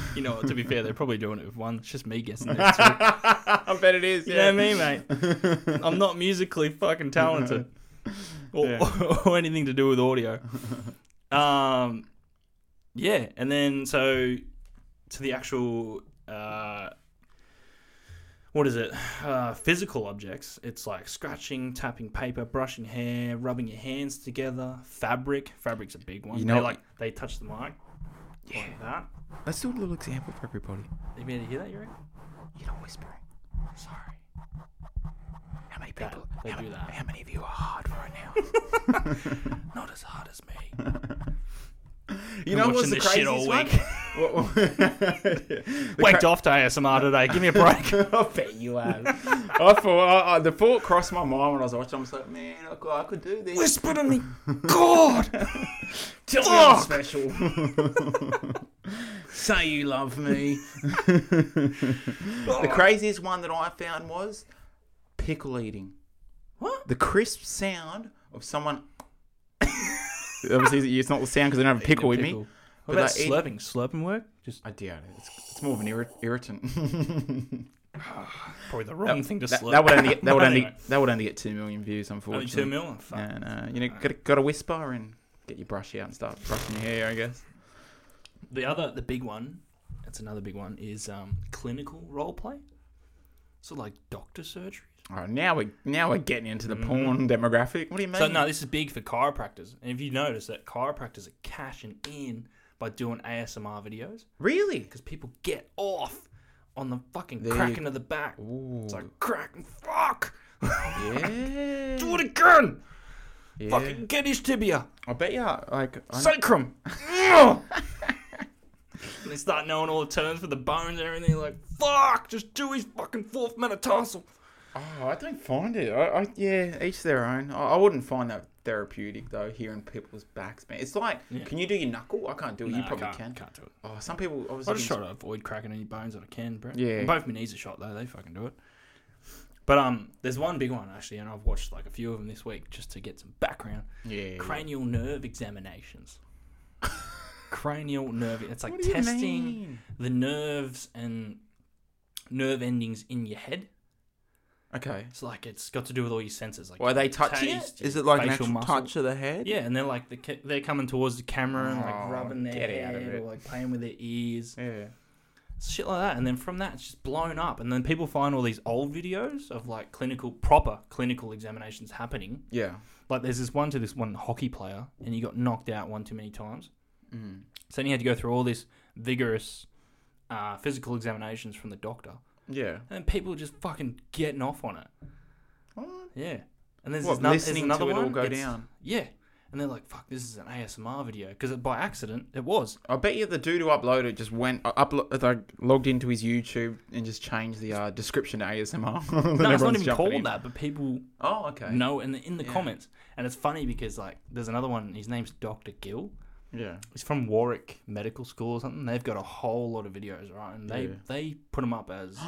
[laughs] you know, what, to be fair, they're probably doing it with one. It's just [laughs] me guessing. There [laughs] too. I bet it is. You Yeah, know me, mate. I'm not [laughs] musically fucking talented, or, [laughs] or anything to do [laughs] with audio. Um, yeah, and then so to the actual uh, what is it? Uh, physical objects. It's like scratching, tapping paper, brushing hair, rubbing your hands together. Fabric. Fabric's a big one. You You know- they like they touch the mic like that. Let's do a little example for everybody. You mean to hear that? You reckon? You know, whispering. Sorry. How many That- people? they how, do many- that. How many of you are hard right now? [laughs] Not as hard as me. you Been watching this shit all one? week. What- what- [laughs] The Waked off to ASMR today. Give me [laughs] a break. I bet you have. I thought I, I, the thought crossed my mind when I was watching. I was like, man, I could, I could do this. Whisper to me, God. Tell me I'm special. Say you love me. [laughs] the craziest one that I found was pickle eating. What? The crisp sound of someone. Obviously, it's not the sound because they don't have a pickle with me. What But about they eat- slurping? Slurping work? Just I doubt it. It's, it's more of an irrit- [laughs] irritant. probably the wrong thing to that, slurp. that would only get, that would only [laughs] Anyway. that would only get two million views, Only unfortunately. two million. Fuck. And uh, you know, got to, got to whisper and get your brush out and start brushing your hair. I guess. The other, the big one. That's another big one. Is um, clinical role play. So like doctor surgery. All right, now we now we're getting into the porn demographic. What do you mean? Mm-hmm. So no, this is big for chiropractors. And if you notice that chiropractors are cashing in by doing ASMR videos Really? because people get off on the fucking There you- cracking of the back. Ooh, It's like crack and fuck. yeah. [laughs] Do it again. yeah. Fucking get his tibia. I bet you, like, I- Sacrum. and [laughs] they start knowing all the terms for the bones and everything. Like, fuck, just do his fucking fourth metatarsal. oh, I don't find it. I, I yeah, each their own. I, I wouldn't find that therapeutic though. Hearing people's backs, man. It's like, Yeah. can you do your knuckle? I can't do it. you Nah, probably can't, can. Can't do it. Oh, some people obviously. I just can- try to avoid cracking any bones that I can, bro. Yeah. Both my knees are shot though. They fucking do it. But um, there's one big one actually, and I've watched like a few of them this week just to get some background. yeah. Cranial [laughs] nerve examinations. Cranial nerve. It's like What do you testing. mean? the nerves and nerve endings in your head. Okay. It's like it's got to do with all your senses. Like Well, are they your touching taste, it? your Is it like an facial actual muscle. touch of the head? Yeah, and they're like the, ca- they're coming towards the camera and Oh, like rubbing their get out head of it. or like playing with their ears, Yeah. shit like that. And then from that, it's just blown up. And then people find all these old videos of like clinical proper clinical examinations happening. Yeah. Like there's this one to this one hockey player, and he got knocked out one too many times. Mm. So then he had to go through all this vigorous uh, physical examinations from the doctor. Yeah. And then people are just fucking getting off on it. What? Yeah. And there's, What, this no- there's listening another to it all one. go it's- down? Yeah. And they're like, fuck, this is an ASMR video. Because by accident, it was. I bet you the dude who uploaded it just went uh, uplo- like logged into his YouTube and just changed the uh, description to [laughs] ASMR. No, it's not even called that, but people Oh, okay. know in the, in the Yeah. comments. And it's funny because, like, there's another one. His name's Dr. Gill. Yeah. He's from Warwick Medical School or something. They've got a whole lot of videos, right? And they, Yeah. they put them [gasps] up as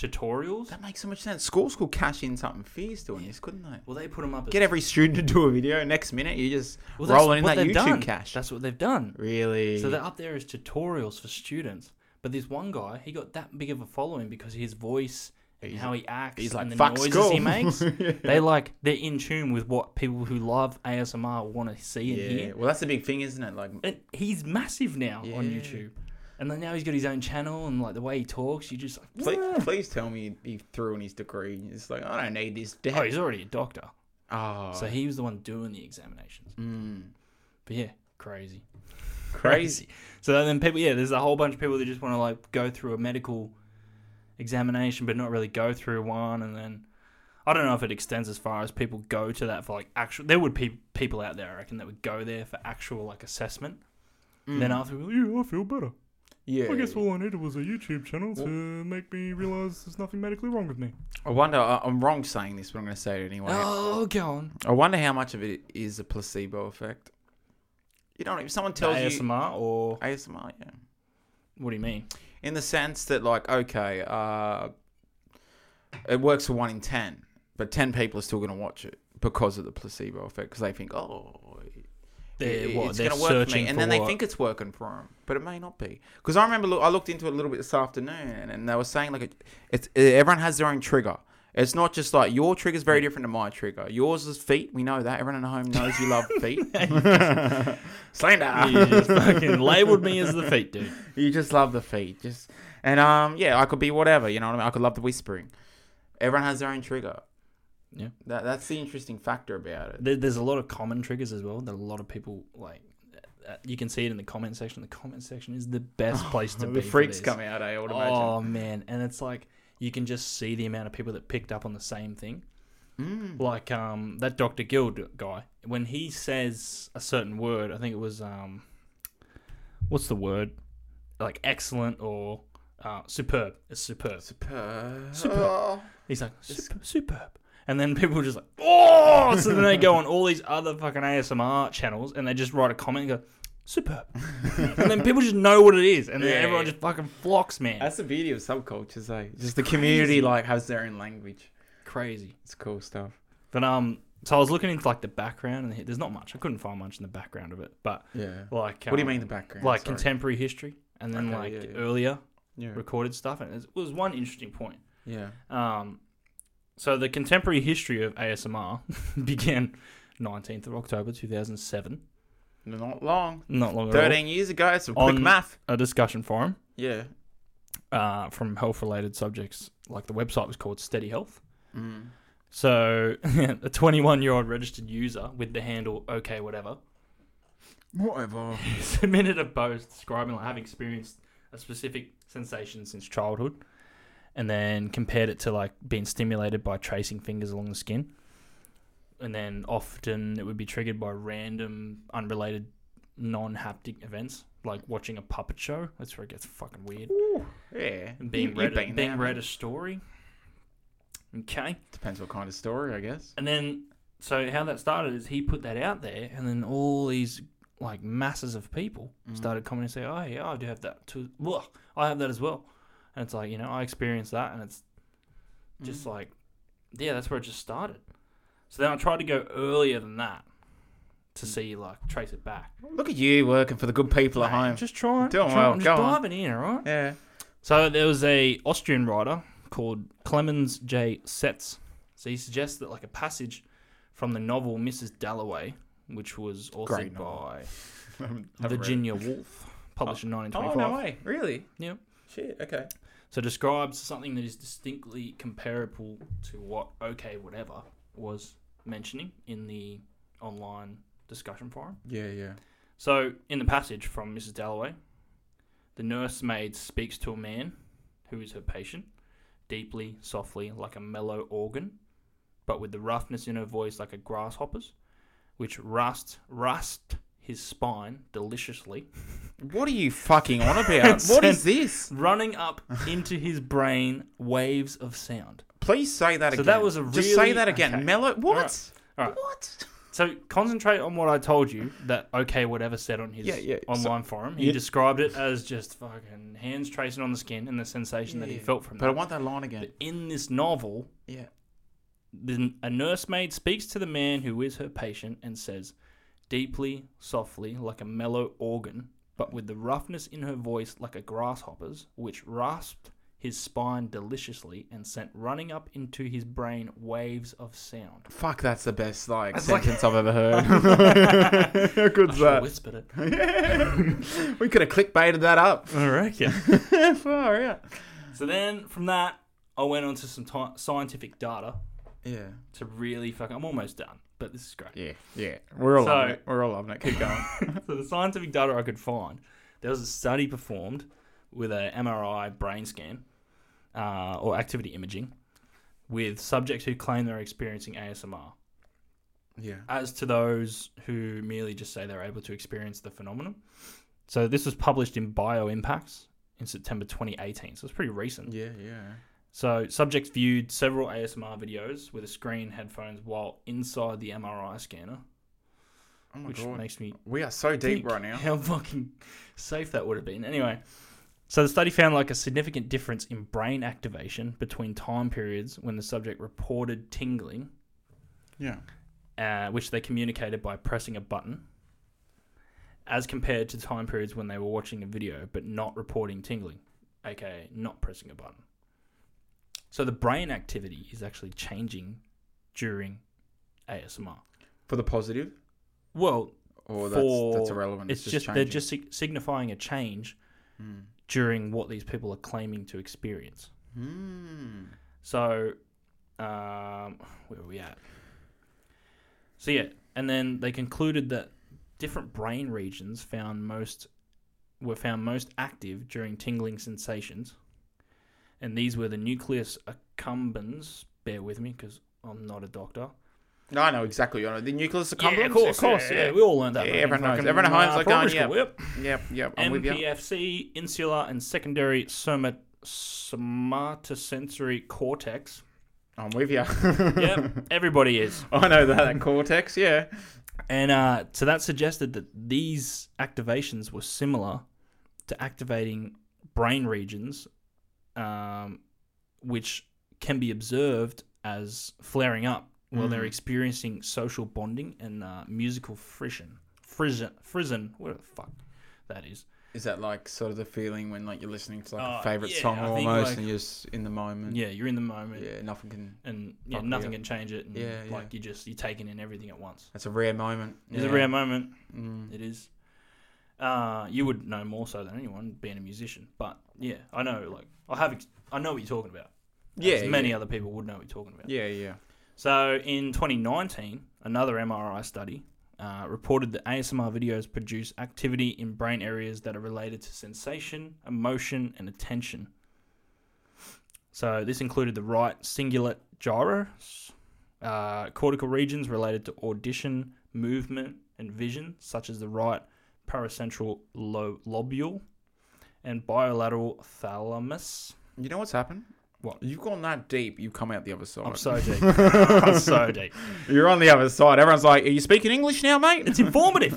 tutorials. That makes so much sense. Schools could cash in something fierce doing this, couldn't they? Well, they put them up as. Get every student to do a video. Next minute, you just well, that's rolling in what that YouTube they've done. cash. That's what they've done. really. So they're up there as tutorials for students. But this one guy, he got that big of a following because his voice and He's- how he acts he's like, and the "Fuck noises school." [laughs] he makes. [laughs] Yeah. They like they're in tune with what people who love ASMR want to see and yeah. hear. Well, that's the big thing, isn't it? Like, And he's massive now on Yeah. YouTube. And then now he's got his own channel and like the way he talks, you just like please, please tell me he threw in his degree. It's like I don't need this. Oh, Debt. he's already a doctor. Oh, So he was the one doing the examinations. mm, But yeah, crazy. crazy. [laughs] So then people, yeah, there's a whole bunch of people that just want to like go through a medical examination, but not really go through one, and then I don't know if it extends as far as people go to that for like actual. There would be people out there, I reckon, that would go there for actual like assessment. Mm. And Then after, yeah, I feel better. yeah, I guess all I needed was a YouTube channel to Well- make me realize there's nothing medically wrong with me. I wonder. I, I'm wrong saying this, but I'm going to say it anyway. Oh, go on. I wonder how much of it is a placebo effect. You know, if someone tells you ASMR or ASMR, yeah, what do you mean? in the sense that like, okay, uh, it works for one in ten, but ten people are still going to watch it because of the placebo effect because they think, oh, They're it- what? it's They're going to work for searching me, and for then what? they [laughs] think it's working for them, but it may not be. Because I remember look, I looked into it a little bit this afternoon, and they were saying like, it, it's everyone has their own trigger. It's not just like your trigger's very different to my trigger. Yours is feet. We know that. Everyone at home knows you [laughs] love feet. [laughs] Slander. you just fucking labeled me as the feet dude. You just love the feet. Just and um yeah, I could be whatever, you know what I mean? I could love the whispering. Everyone has their own trigger. Yeah. That that's the interesting factor about it. There, there's a lot of common triggers as well that a lot of people like. uh, You can see it in the comment section. The comment section is the best place to be. Oh, [laughs] The for freaks this. come out, I would imagine. Oh man, and it's like you can just see the amount of people that picked up on the same thing. Mm. Like um, that Dr. Guild guy, when he says a certain word, I think it was um, what's the word? Like excellent or uh, superb. It's superb. Superb. Superb. He's like superb, superb. And then people are just like, oh! So then they go on all these other fucking ASMR channels and they just write a comment and go, [laughs] superb. and then people just know what it is. And then Yeah, everyone yeah. just fucking flocks, man. That's the beauty of subcultures, eh? Just the community like has their own language. crazy. It's cool stuff. But um, so I was looking into like the background, and there's not much. I couldn't find much in the background of it, but Yeah. like, What do you um, mean the background? Like Sorry. contemporary history, and then Okay, like yeah, yeah. earlier yeah. recorded stuff, and it was one interesting point. yeah. Um, so the contemporary history of ASMR [laughs] began 19th of October 2007, Not long. not long ago. Thirteen years ago, it's a quick On- math. A discussion forum Yeah. uh, from health-related subjects. Like the website was called Steady Health. Mm. So [laughs] a 21-year-old registered user with the handle OK whatever Whatever. [laughs] submitted a post describing like having experienced a specific sensation since childhood and then compared it to like being stimulated by tracing fingers along the skin and then often it would be triggered by random unrelated non-haptic events like watching a puppet show that's where it gets fucking weird Ooh, yeah. and being You- read you've been being there. read a story okay Depends what kind of story, I guess. and then so how that started is he put that out there and then all these like masses of people Mhm. started coming and say oh yeah i do have that too Ugh, i have that as well and it's like you know i experienced that and it's Mm-hmm. just like yeah that's where it just started so then i tried to go earlier than that Mm. to see like trace it back Look at you working for the good people at Mate, I'm home. just trying Doing trying- well, I'm just go on. diving in all right [laughs] Yeah. so there was a Austrian writer called Clemens J. Setz. So he suggests that like a passage from the novel Mrs. Dalloway, which was authored Great novel. by Haven't- haven't Virginia Woolf, published in read it. Oh no 1925. way! Really? Yeah. Shit. Okay. So describes something that is distinctly comparable to what OK Whatever was mentioning in the online discussion forum. Yeah. Yeah. So, in the passage from Mrs. Dalloway, the nursemaid speaks to a man who is her patient, deeply, softly, like a mellow organ, but with the roughness in her voice like a grasshopper's, which rust rust his spine deliciously, [laughs] What are you fucking on about? what is this? running up into his brain waves of sound. Please say that So again. that was a just say really- that again. okay. Mellow. What? All right. What? So concentrate on what I told you that okay whatever said on his Yeah, yeah, so- online forum. He Yeah. described it as just fucking hands tracing on the skin and the sensation that he Yeah. felt from But I that. want that line again. But in this novel, Yeah. the, a nursemaid speaks to the man who is her patient and says, deeply, softly, like a mellow organ, but with the roughness in her voice like a grasshopper's, which rasped his spine deliciously and sent running up into his brain waves of sound. Fuck. That's the best like That's like- sentence I've ever heard. [laughs] [laughs] How I good's should have whispered it. that? we could have clickbaited that up. [laughs] All right, yeah. Far out. [laughs] So then from that, I went on to some ti scientific data Yeah. to really fucking. I'm almost done, but this is great. Yeah. Yeah. We're all So- loving it. We're all loving it. Keep [laughs] going. So the scientific data I could find, there was a study performed with a MRI brain scan uh, or activity imaging, with subjects who claim they're experiencing ASMR Yeah. as to those who merely just say they're able to experience the phenomenon. So this was published in Bio Impacts in September 2018, so it's pretty recent. Yeah, yeah. So subjects viewed several ASMR videos with a screen headphones while inside the MRI scanner, Oh my which god. makes me we are so deep think right now. How fucking safe that would have been. Anyway, so the study found like a significant difference in brain activation between time periods when the subject reported tingling, Yeah. uh, which they communicated by pressing a button, as compared to time periods when they were watching a video but not reporting tingling, aka not pressing a button. So the brain activity is actually changing during ASMR. For the positive, Well, or that's that's For- irrelevant. it's, It's, just, they're changing. just sig- signifying a change Mm. during what these people are claiming to experience. Hmm. So, um, where are we at? So, yeah, and then they concluded that different brain regions found most were found most active during tingling sensations, and these were the nucleus accumbens. Bear with me because I'm not a doctor. No, I know exactly. You know the nucleus accumbens. Yeah, of course, of course. Yeah, we all learned that. Yeah, back in everyone knows. fucking, Everyone at home's like, primary going, yeah. school, yep. yep, yep. I'm with you. MPFC, insular and secondary somat- somatosensory cortex. I'm with you. Yep, [laughs] everybody is. [laughs] I know that, that cortex. Yeah. And uh, so that suggested that these activations were similar to activating brain regions, um, which can be observed as flaring up while they're Mm. experiencing social bonding and uh, musical frisson. Frisson, frisson, what the fuck that is. Is that like sort of the feeling when like you're listening to like Oh, a favorite yeah, song I think, almost, like- and you're just in the moment? Yeah, you're in the moment. Yeah. Nothing can. and yeah, Fuck nothing yeah. can change it. And, Yeah, yeah. like you just you're taking in everything at once. It's a rare moment. It's a rare moment. Mm. It is. Uh, you would know more so than anyone being a musician, but yeah, I know. Like I have, ex- I know what you're talking about. As Yeah. many other people would know what you're talking about. Yeah. Yeah. So in 2019, another MRI study uh, reported that ASMR videos produce activity in brain areas that are related to sensation, emotion, and attention. So this included the right cingulate gyrus, uh, cortical regions related to audition, movement, and vision, such as the right paracentral lo- lobule and bilateral thalamus. You know what's happened? What? You've gone that deep. You've come out the other side. I'm so deep. [laughs] I'm so deep. You're on the other side. Everyone's like, "Are you speaking English now, mate?" It's informative.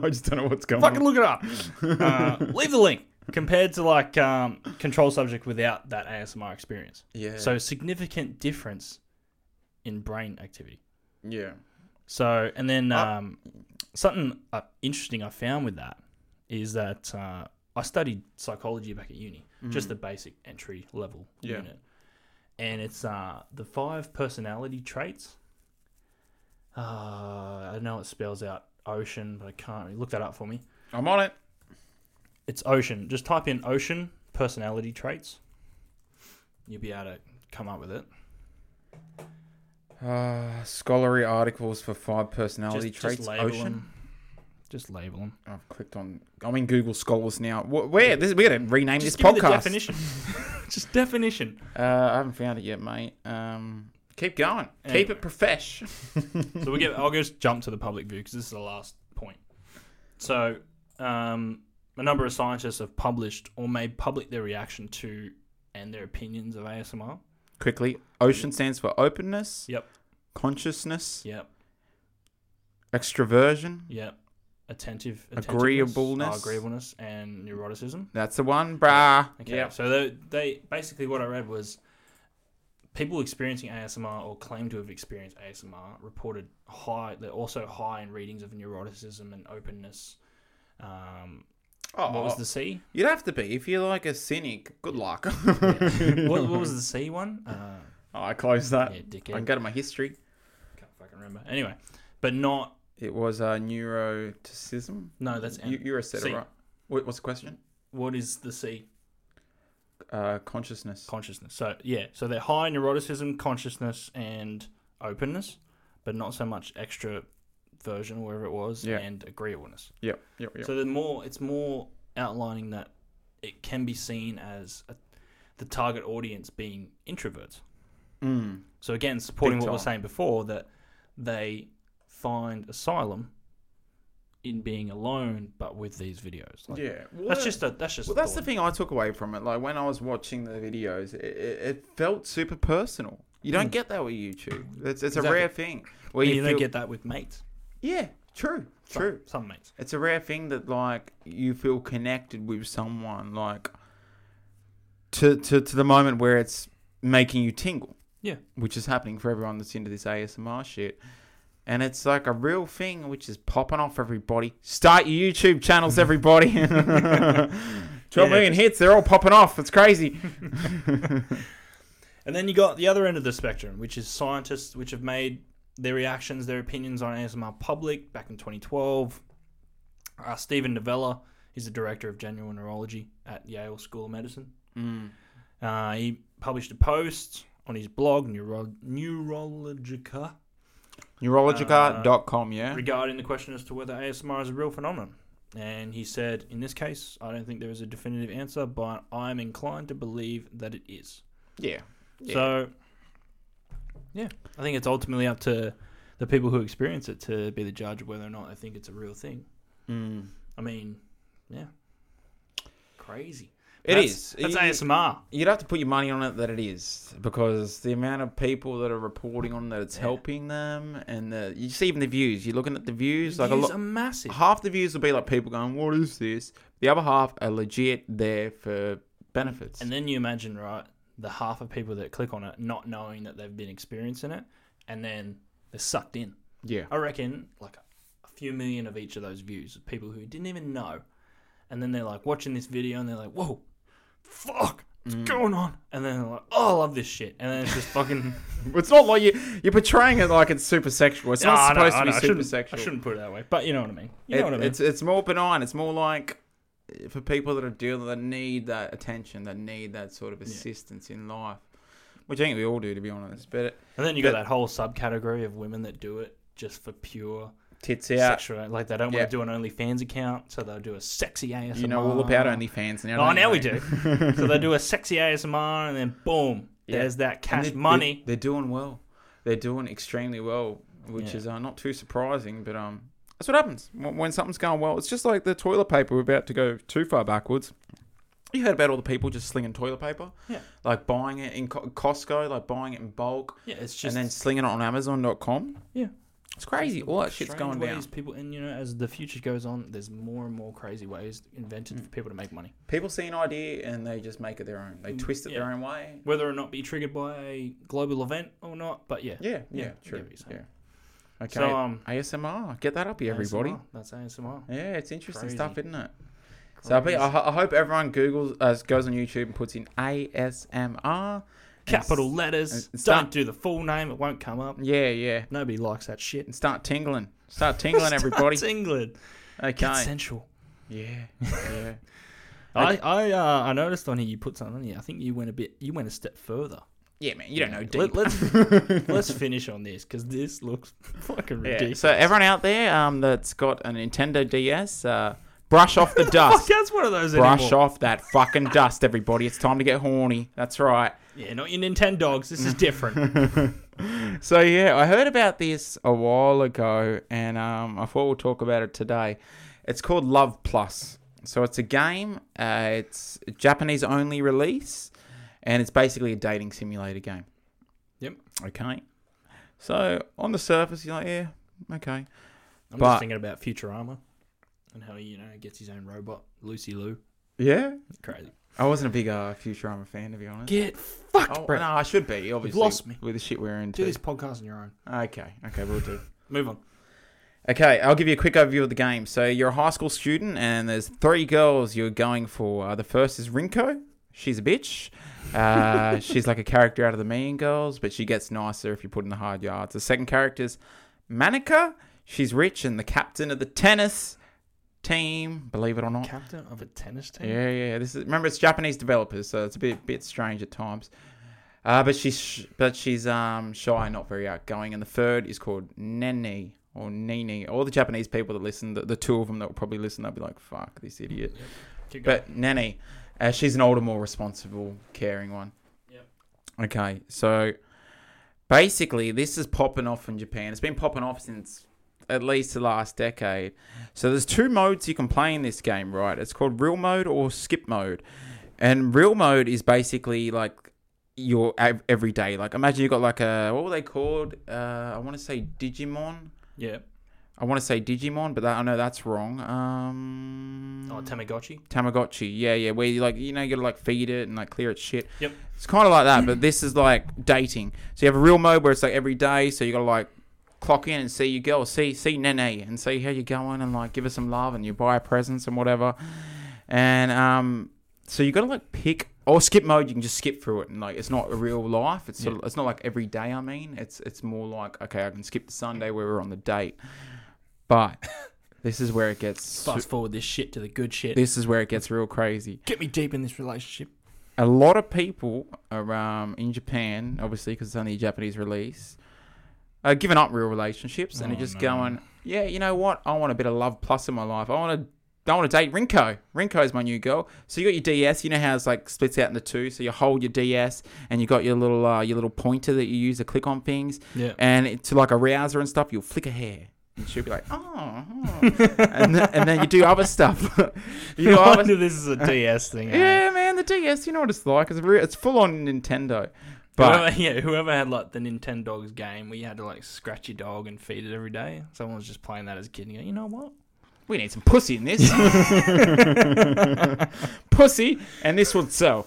[laughs] I just don't know what's going Fucking on. look it up. Uh, leave the link. Compared to like um, control subject without that ASMR experience, Yeah. so significant difference in brain activity. yeah. So and then Ah. um, something uh, interesting I found with that is that uh, I studied psychology back at uni, just the basic entry level Mm-hmm. Yeah. unit, and it's uh, the five personality traits. Uh, I know it spells out ocean, but I can't really look that up for me. I'm on it. It's ocean. Just type in ocean personality traits. You'll be able to come up with it. Uh, scholarly articles for five personality just, traits. just label Ocean. them. Just label them. I've clicked on. I'm in Google Scholars now. Wh- Where? This, we got to rename just this give me the podcast. definition. [laughs] just definition. Uh, I haven't found it yet, mate. Um, keep going. Keep Anyway. it [laughs] profesh. So we get. I'll just jump to the public view because this is the last point. So, um, a number of scientists have published or made public their reaction to and their opinions of ASMR. Quickly. Ocean stands for openness. Yep. Consciousness. Yep. Extroversion. Yep. Attentive. attentiveness, uh, Agreeableness. Agreeableness and neuroticism. That's the one, brah. Okay. Yep. So they, they basically what I read was people experiencing ASMR or claim to have experienced ASMR reported high. They're also high in readings of neuroticism and openness. Um, Oh, What was [laughs] the C? You'd have to be if you're like a cynic. Good [laughs] luck. what, what [laughs] was the C one? Uh, Oh, I closed that. yeah, I dickhead. can go to my history. Can't fucking remember. Anyway, but not It was uh, neuroticism. no. That's N. You, you're a setter, See. right? What, what's the question? what is the C? Uh, consciousness. Consciousness. So yeah. So they're high in neuroticism, consciousness, and openness, but not so much extra version, wherever it was, Yeah. and agreeableness. Yep. Yep. Yep. So the more it's more outlining that it can be seen as a, the target audience being introverts, Mm. So again, supporting Big what we we're time. saying before that they find asylum in being alone, but with these videos. Like, yeah. Well, That's that- just a. That's just. Well, a that's the thought. thing I took away from it. Like when I was watching the videos, it, it, it felt super personal. You don't Mm. get that with YouTube. It's, it's Exactly. a rare thing. Where And you don't feel- get that with mates. Yeah, true, Some- true. Some mates. It's a rare thing that like you feel connected with someone, like to to to the moment where it's making you tingle. Yeah. which is happening for everyone that's into this ASMR shit. And it's like a real thing, which is popping off everybody. Start your YouTube channels, [laughs] everybody. [laughs] Twelve Yeah. million hits, they're all popping off. It's [laughs] crazy. And then you got the other end of the spectrum, which is scientists which have made their reactions, their opinions on ASMR public back in 2012. Uh, Stephen Novella is the director of general neurology at Yale School of Medicine. Mm. Uh, he published a post on his blog, Neuro- Neurologica, Neurologica.com, yeah. regarding the question as to whether ASMR is a real phenomenon. And he said, in this case, I don't think there is a definitive answer, but I'm inclined to believe that it is. Yeah. Yeah. So, yeah, I think it's ultimately up to the people who experience it to be the judge of whether or not they think it's a real thing. Mm. I mean, yeah, crazy. It That's- is. That's You- ASMR. You'd have to put your money on it that it is because the amount of people that are reporting on that it's Yeah. helping them and the, you see even the views. You're looking at the views, Views like a are lot. massive. Half the views will be like people going, "What is this?" The other half are legit there for benefits. And then you imagine, right, the half of people that click on it not knowing that they've been experiencing it, and then they're sucked in. yeah, [laughs] I reckon like a few million of each of those views of people who didn't even know, and then they're like watching this video and they're like, "Whoa, fuck, Mm. what's going on?" And then they're like, "Oh, I love this shit," and then it's just fucking. [laughs] it's not like you you're portraying it like it's super sexual. It's not Ah, I know, supposed I to know, be I super shouldn't- sexual. I shouldn't put it that way, but you know what I mean. You know It- what I mean. It's it's more benign. It's more like uh, for people that are dealing that need that attention, that need that sort of assistance in life, which I think we all do, to be honest. But And then you got but- that whole subcategory of women that do it just for pure tits out. sexual, like they don't Yeah. want to do an OnlyFans account, so they'll do a sexy ASMR. You know all about OnlyFans now. Oh, don't now you, we mate? [laughs] do. so they do a sexy ASMR, and then boom, Yeah. there's that And cash they- money. They, are doing well. They're doing extremely well, which Yeah. is uh, not too surprising. But um, that's what happens when, when something's going well. It's just like the toilet paper. We're about to go too far backwards. You heard about all the people just slinging toilet paper, Yeah. like buying it in Co- Costco, like buying it in bulk, Yeah, it's just and then slinging it on Amazon.com. Yeah. it's crazy. All that shit's strange going down. ways People and you know, as the future goes on, there's more and more crazy ways Mm. invented for people to make money. People see an idea and they just make it their own. They Mm, twist it yeah. their own way. Whether or not be triggered by a global event or not, but yeah. Yeah, Yeah, yeah, I get true. what you're Yeah. saying. Okay. So um, ASMR, get that up here, everybody. ASMR, that's ASMR. Yeah, it's interesting Crazy. stuff, isn't it? So I, bet, I, ho- I hope everyone Google's uh, goes on YouTube and puts in ASMR. and capital letters. and- and Don't start- do the full name; it won't come up. s- Yeah, yeah. Nobody likes that shit. [laughs] And start tingling. Start [laughs] tingling, everybody. It's England. Get Okay. sensual. Yeah. Yeah. I I uh, I noticed on here you put something on here. I think you went a bit. You went a step further. Yeah, man. You don't know Let, deep. [laughs] let's let's finish on this because this looks [laughs] fucking Yeah. ridiculous. So everyone out there um, that's got a Nintendo DS, uh, brush [laughs] off the dust. Fuck, that's one of those brush anymore. off that fucking dust, everybody. It's time to get horny. That's right. Yeah, not your Nintendo [laughs] dogs. This is different. So yeah, I heard about this a while ago, and um, I thought we'll talk about it today. It's called Love Plus. So it's a game. Uh, it's a Japanese only release, and it's basically a dating simulator game. Yep. Okay. So on the surface, you're like, yeah, okay. I'm But- just thinking about Futurama and how he, you know, gets his own robot, Lucy Lou. Yeah. Crazy. I wasn't a big uh, Futurama fan, to be honest. Get fucked, Oh, bro. no, I should be obviously. lost me. with the shit we're into. Do this podcast on your own. Okay. Okay, we'll do. Move on. Okay, I'll give you a quick overview of the game. So you're a high school student, and there's three girls you're going for. Uh, the first is Rinko. She's a bitch. Uh, she's like a character out of the Mean Girls, but she gets nicer if you put in the hard yards. The second character is Manika. She's rich and the captain of the tennis team. Believe it or not. Captain of a tennis team. Oh. Yeah, yeah. This is remember it's Japanese developers, so it's a bit bit strange at times. Uh, but she's sh- but she's um shy, not very outgoing. And the third is called Nene or Nini. All the Japanese people that listen, the, the two of them that will probably listen, they'll be like, "Fuck this idiot." Keep going. But Nanny, uh, she's an older, more responsible, caring one. Yep. Okay, so basically this is popping off in Japan. It's been popping off since at least the last decade. So there's two modes you can play in this game, right? It's called real mode or skip mode. And real mode is basically like your ev- everyday. Like imagine you got like a what were they called? Uh, I want to say Digimon. Yeah. I want to say Digimon, but that, I know that's wrong. Um, Oh, Tamagotchi. Tamagotchi. Yeah, yeah. Where you like, you know, you gotta like feed it and like clear its shit. Yep. It's kind of like that, but this is like dating. So you have a real mode where it's like every day. So you gotta like clock in and see your girl, see see Nene, and see how you're going, and like give her some love, and you buy her presents and whatever. And um, so you gotta like pick or skip mode. You can just skip through it, and like it's not a real life. It's sort of, it's not like every day. I mean, it's it's more like okay, I can skip the Sunday where we're on the date, but. This is where it gets. su- Fast forward this shit to the good shit. This is where it gets real crazy Get me deep in this relationship. a lot of people are um, in Japan, obviously, because it's only a Japanese release, are giving up real relationships and Oh, are just no. going, yeah, you know what? I want a bit of love plus in my life. I want to. I want to date Rinko. Rinko's my new girl. So you got your DS. You know how it's like splits out into two. So you hold your DS and you got your little uh, your little pointer that you use to click on things. Yeah. And it- to like a rouser and stuff, you'll flick a hair. And she'll be like, oh. [laughs] oh." and, th- and then you do other stuff. [laughs] you do I other wonder if this is a DS thing. eh? yeah, man, the DS, you know what it's like. It's, re- it's full on Nintendo. But whoever, [laughs] yeah, whoever had like the Nintendo Dogs game where you had to like scratch your dog and feed it every day, someone was just playing that as a kid and you go, you know what? we need some pussy in [laughs] this. pussy, and this would [laughs] sell.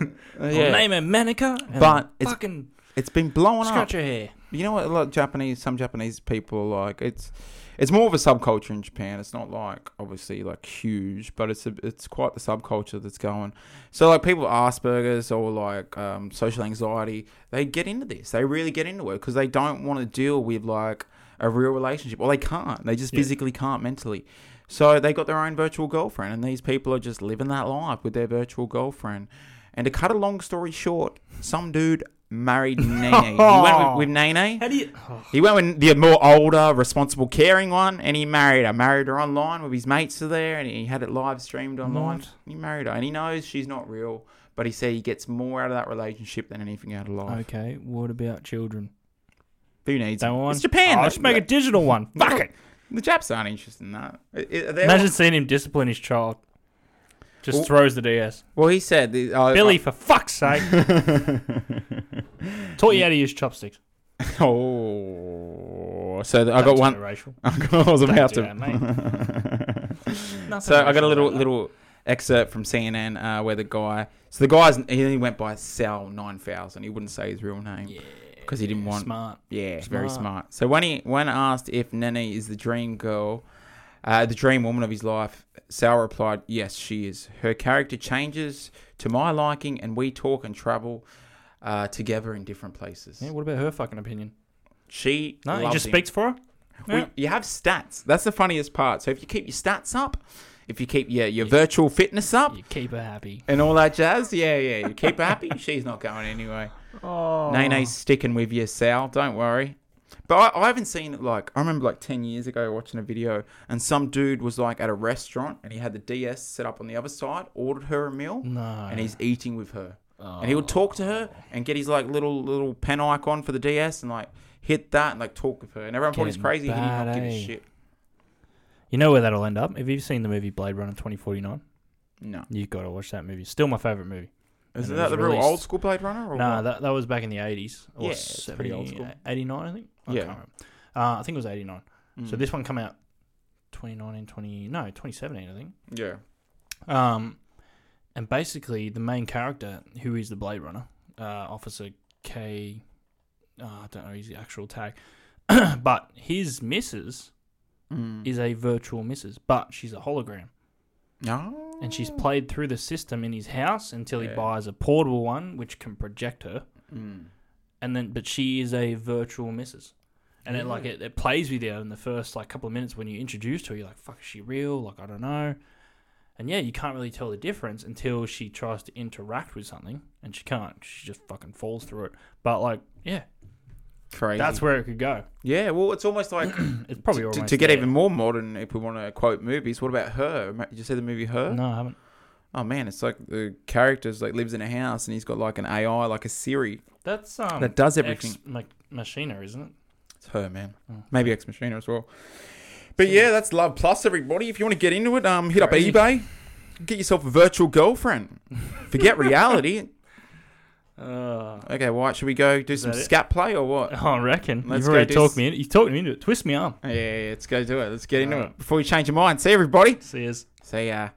Uh, I'll yeah. name her Manica and But it's- fucking It's been blowing up. scratch her hair. You know what? A lot of Japanese, some Japanese people are like it's. It's more of a subculture in Japan. It's not like obviously like huge, but it's a, it's quite the subculture that's going. So like people with Asperger's or like um, social anxiety, they get into this. They really get into it because they don't want to deal with like a real relationship. Well, they can't. They just Yeah. physically can't mentally. So they got their own virtual girlfriend, and these people are just living that life with their virtual girlfriend. And to cut a long story short, some dude married Nene. He went with, with Nene. How do you. Oh, He went with the more older, responsible, caring one, and he married her. Married her online with his mates are there, and he had it live streamed online. What? He married her, and he knows she's not real, but he said he gets more out of that relationship than anything out of life. okay, what about children? Who needs [laughs] That it? one? It's Japan. Oh, They- let's make a digital [laughs] one. Fuck it. The Japs aren't interested in that. I- I- they're Imagine seeing him discipline his child. Just Well- throws the DS. all- well, he said, the- oh, Billy, for fuck's sake. Taught you how to use chopsticks. [laughs] oh, so the, I got That's one. [laughs] Generational. I was about do to. that, [laughs] Nothing So I got a racial little about that. little excerpt from CNN uh, where the guy. So the guy's he only went by Sal nine thousand. He wouldn't say his real name. Yeah. 'Cause he didn't want- Smart. Yeah, it's very Smart. smart. So when he when asked if Nene is the dream girl, uh, the dream woman of his life, Sal replied, "Yes, she is. Her character changes to my liking, and we talk and travel." Uh, together in different places. Yeah, what about her fucking opinion? She No, he loves just him. speaks for her. We- Yeah. you have stats. That's the funniest part. So if you keep your stats up, if you keep your, your virtual fitness up You keep her happy. and all that jazz, yeah, yeah, you keep her happy. She's not going anyway. Oh. Nene's sticking with you, Sal. Don't worry. But I, I haven't seen it like I remember like ten years ago watching a video and some dude was like at a restaurant and he had the DS set up on the other side, ordered her a meal, No. and he's eating with her. And he would talk to her and get his like little little pen icon for the DS and like hit that and like talk with her. And everyone thought he's Getting crazy. He did not bad, give eh? a shit. You know where that'll end up? Have you seen the movie Blade Runner 2049? No. you got to watch that movie. Still my favourite movie. Is And it that was the real released- old school Blade Runner? Or No, what? that, that was back in the 80s. Or Oh, Yeah, it's 70, pretty old school. 89, I think? I Yeah. can't remember. Uh, I think it was 89. So Mm. this one come out 2019, 20... No, 2017, I think. Yeah. Um, and basically, the main character, who is the Blade Runner, uh, Officer K, uh, I don't know his actual tag, [clears throat] but his missus Mm. is a virtual missus, but she's a hologram, No. and she's played through the system in his house until he Hmm. Yeah. buys a portable one, which can project her, Mm. and then but she is a virtual missus. And it like Yeah. it, it plays with you in the first like couple of minutes when you introduced her, you're like, "Fuck, is she real?" Like I don't know, and yeah, you can't really tell the difference until she tries to interact with something, and she can't. She just fucking falls through it. But like, yeah, Crazy. that's where it could go. yeah. Well, it's almost like It's probably to, almost to get there. even more modern. If we want to quote movies, what about her? Ma- Did you see the movie Her? No, I haven't. Oh man, it's like the character's like lives in a house and he's got like an AI, like a Siri That's um. that does everything. Ex Mac- Machina, isn't it? It's her, man. Oh. Maybe Ex Machina as well. But yeah, that's Love Plus, everybody. If you want to get into it, um, hit up Crazy. eBay. Get yourself a virtual girlfriend. [laughs] Forget reality. Uh, Okay, why should we go do some that it? scat play or what? I reckon Let's you've go already do talked s- me. In. You talked me into it. Twist me arm. Yeah, yeah, yeah, let's go do it. Let's get into Alright. it before you change your mind. See everybody. See us. See ya.